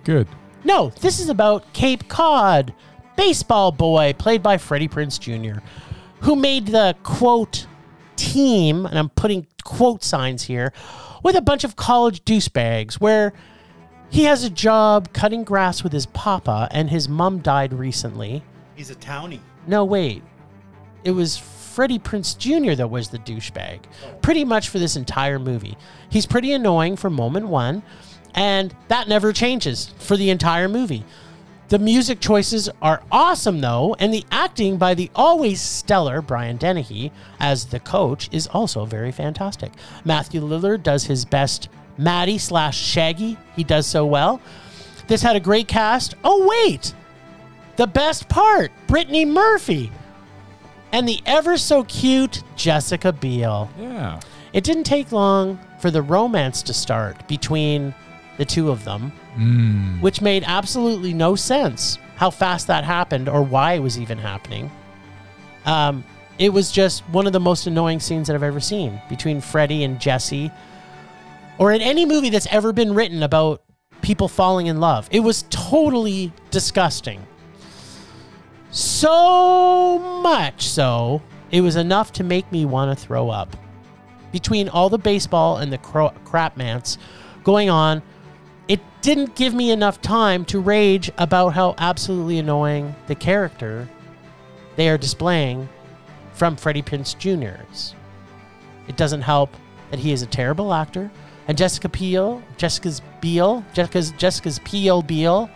S5: Good.
S4: No, this is about Cape Cod, baseball boy played by Freddie Prince Jr., who made the quote team, and I'm putting quote signs here, with a bunch of college douchebags where he has a job cutting grass with his papa and his mom died recently.
S3: He's a townie.
S4: No, wait. It was Freddie Prince Jr. that was the douchebag, pretty much for this entire movie. He's pretty annoying from moment one, and that never changes for the entire movie. The music choices are awesome, though, and the acting by the always stellar Brian Dennehy as the coach is also very fantastic. Matthew Lillard does his best Maddie slash Shaggy. He does so well. This had a great cast. Oh, wait! The best part, Brittany Murphy. And the ever so cute Jessica Biel.
S5: Yeah.
S4: It didn't take long for the romance to start between the two of them, which made absolutely no sense how fast that happened or why it was even happening. Um, it was just one of the most annoying scenes that I've ever seen between Freddie and Jesse, or in any movie that's ever been written about people falling in love. It was totally disgusting. So much so, it was enough to make me want to throw up between all the baseball and the cro- crapmance going on, it didn't give me enough time to rage about how absolutely annoying the character they are displaying from Freddie Prince Jr. is. It doesn't help that he is a terrible actor, and Jessica Peel, Jessica's Biel, Jessica's Jessica's Peel Biel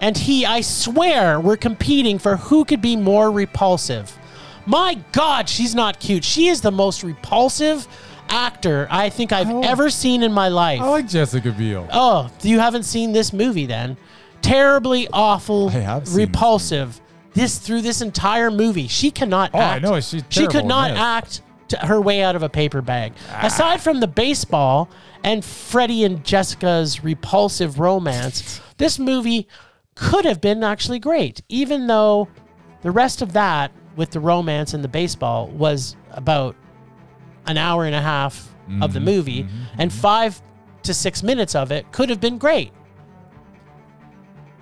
S4: and he, I swear, were competing for who could be more repulsive. My God, she's not cute. She is the most repulsive actor I think I've ever seen in my life.
S1: I like Jessica Biel.
S4: Oh, you haven't seen this movie then? Terribly awful,
S1: have seen this movie.
S4: repulsive. This, through this entire movie, she cannot.
S1: Oh, I
S4: act.
S1: know, she's
S4: she could
S1: terrible
S4: not
S1: in this. Ah.
S4: act to her way out of a paper bag. Aside from the baseball and Freddie and Jessica's repulsive romance, this movie could have been actually great, even though the rest of that with the romance and the baseball was about an hour and a half of the movie, and five to six minutes of it could have been great.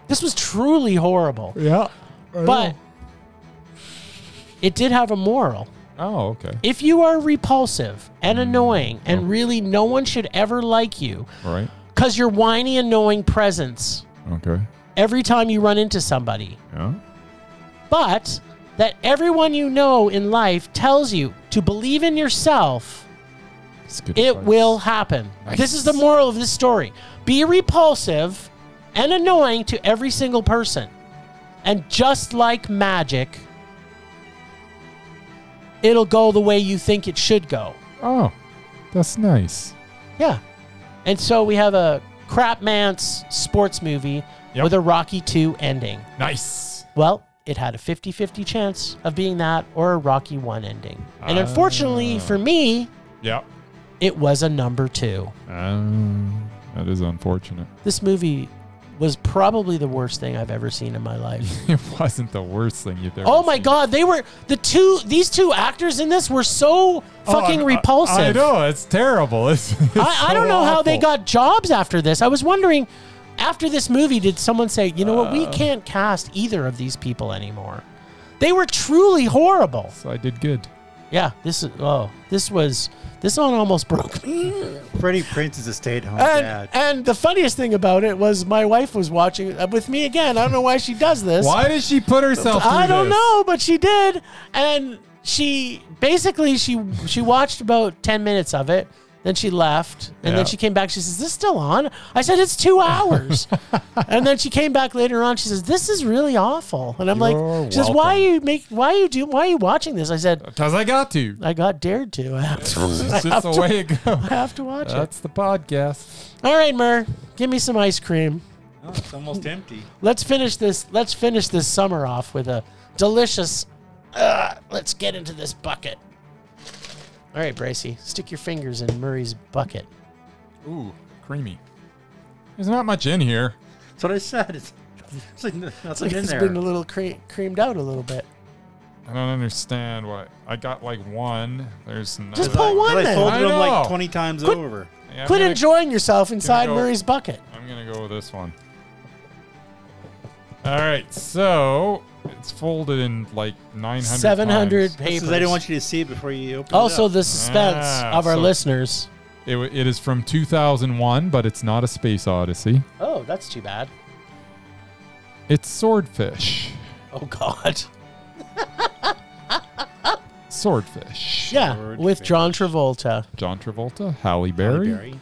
S4: This was truly horrible,
S1: Yeah.
S4: but it did have a moral.
S1: Oh, okay.
S4: If you are repulsive and annoying, and really no one should ever like you
S1: All right.
S4: because your whiny, annoying presence
S1: Okay.
S4: every time you run into somebody,
S1: Yeah.
S4: but that everyone you know in life tells you to believe in yourself.
S1: It's good
S4: It
S1: advice.
S4: will happen. This is the moral of this story. Be repulsive and annoying to every single person. And just like magic, it'll go the way you think it should go.
S1: Oh, that's nice.
S4: Yeah. And so we have a crap man's sports movie
S1: Yep.
S4: with a Rocky 2 ending.
S1: Nice.
S4: Well, it had a 50 50 chance of being that or a Rocky 1 ending. And unfortunately for me,
S1: Yep.
S4: it was a number 2.
S1: Um, that is unfortunate.
S4: This movie was probably the worst thing I've ever seen in my life.
S1: It wasn't the worst thing you've ever.
S4: oh my
S1: seen.
S4: god, they were the two these two actors in this were so
S1: Oh,
S4: fucking
S1: I- I-
S4: repulsive.
S1: I, know it's terrible. It's, it's
S4: I, I
S1: so
S4: don't know how they
S1: awful.
S4: got jobs after this. I was wondering after this movie did someone say, "You know what? We can't cast either of these people anymore." They were truly horrible.
S1: So I did good.
S4: Yeah, this is oh, this was this one almost broke me.
S3: Freddie Prince is a stay-at-home
S4: And,
S3: dad.
S4: and the funniest thing about it was my wife was watching it with me again. I don't know why she does this.
S1: Why did she put herself?
S4: I
S1: through
S4: don't
S1: this?
S4: know, but she did, and she basically she she watched about ten minutes of it. Then she left, and
S1: Yeah.
S4: then she came back. She says, "Is "This still on?" I said, "It's two hours." and then she came back later on. She says, "This is really awful." And I'm
S1: You're
S4: like, "She says, why are you make why are you do why are you watching this?" I said,
S1: Cause I got to.
S4: "I got dared to. I have to,
S1: It's just the way it goes.
S4: I have to watch it."
S1: That's the podcast.
S4: All right, Mur, give me some ice cream.
S3: Oh, it's almost empty.
S4: Let's finish this. Let's finish this summer off with a delicious. Uh, let's get into this bucket. All right, Bracy, stick your fingers in Murray's bucket.
S1: Ooh, creamy. There's not much in here.
S3: That's what I said. It's, it's like n-
S4: It's
S3: nothing
S4: like
S3: in
S4: it's
S3: there.
S4: been a little cre- creamed out a little bit.
S1: I don't understand why. I got like one. There's another.
S4: Just pull one
S3: But I
S4: then.
S3: folded
S1: I
S3: them like
S1: know.
S3: 20 times over.
S1: Yeah, I'm
S4: Quit
S1: gonna-
S4: enjoying yourself inside
S1: go.
S4: Murray's bucket.
S1: I'm gonna go with this one. All right, so it's folded in like 900.
S4: Seven hundred
S1: times.
S4: papers.
S3: Because I didn't want you to see it before you open it
S4: also,
S3: up.
S4: the suspense
S1: Ah,
S4: of our
S1: so-
S4: listeners.
S1: It, w- it is from 2001, but it's not a space odyssey.
S4: Oh, that's too bad.
S1: It's swordfish.
S4: Oh God.
S1: Swordfish.
S4: Yeah, with John Travolta.
S1: John Travolta, Halle Berry,
S3: Barry.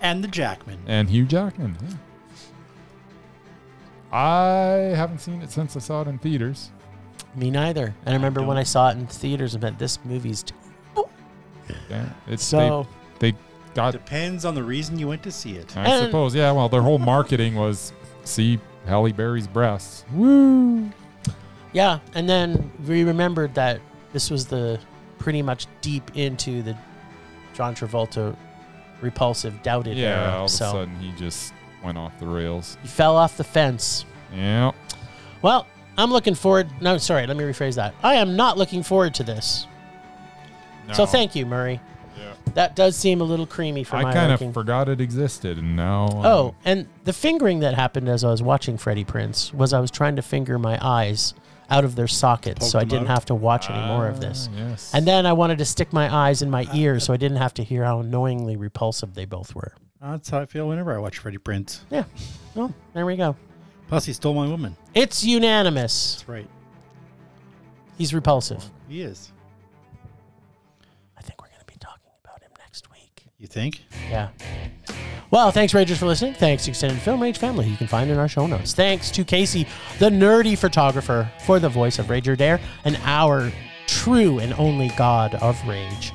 S3: And the Jackman.
S1: and Hugh Jackman. yeah. I haven't seen it since I saw it in theaters.
S4: Me neither. And I remember when I saw it in theaters, I meant this movie's. T-
S1: Yeah, it's
S4: So-
S1: they, they got.
S3: Depends on the reason you went to see it.
S1: I
S4: And-
S1: suppose. Yeah. Well, their whole marketing was see Halle Berry's breasts. Woo.
S4: Yeah, and then we remembered that this was the pretty much deep into the John Travolta repulsive doubted
S1: Yeah.
S4: era.
S1: All of
S4: so
S1: a sudden, he just went off the rails.
S4: he fell off the fence.
S1: Yeah.
S4: Well, I'm looking forward. No, sorry, let me rephrase that. I am not looking forward to this. So
S1: No.
S4: thank you, Murray.
S1: Yeah.
S4: That does seem a little creamy for
S1: I
S4: my
S1: kind
S4: liking.
S1: of forgot it existed, and now. um,
S4: Oh, and the fingering that happened as I was watching Freddie Prince was I was trying to finger my eyes out of their sockets so I
S3: them
S4: didn't
S3: out?
S4: have to watch any more
S1: Ah.
S4: of this.
S1: yes.
S4: And then I wanted to stick my eyes in my ears so I didn't have to hear how annoyingly repulsive they both were.
S3: That's how I feel whenever I watch Freddie Prince.
S4: Yeah. Well, there we go.
S3: Plus, he stole my woman.
S4: It's unanimous.
S3: That's right.
S4: He's repulsive.
S3: He is.
S4: I think we're going to be talking about him next week.
S3: You think?
S4: Yeah. Well, thanks, Ragers, for listening. Thanks to Extended Film Rage family, who you can find in our show notes. Thanks to Casey, the nerdy photographer, for the voice of Rager Dare and our true and only god of rage.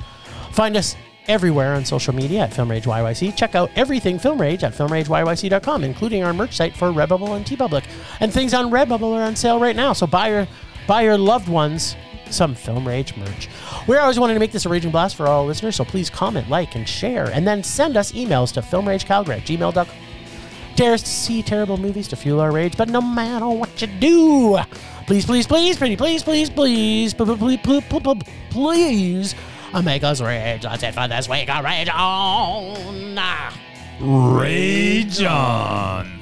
S4: Find us everywhere on social media at Film Rage YYC. Check out everything Film Rage at filmrageyyc.com, including our merch site for Redbubble and TeePublic. And things on Redbubble are on sale right now, so buy your, buy your loved ones some Film Rage merch. We're always wanting to make this a raging blast for all listeners, so please comment, like, and share, and then send us emails to filmragecalgary at gmail.com. Dare us to see terrible movies to fuel our rage, but no matter what you do, please, please, please, pretty, please, please, please, please, please, please, please, please, uh, make us rage. That's it for this week. Rage on.
S1: Rage on.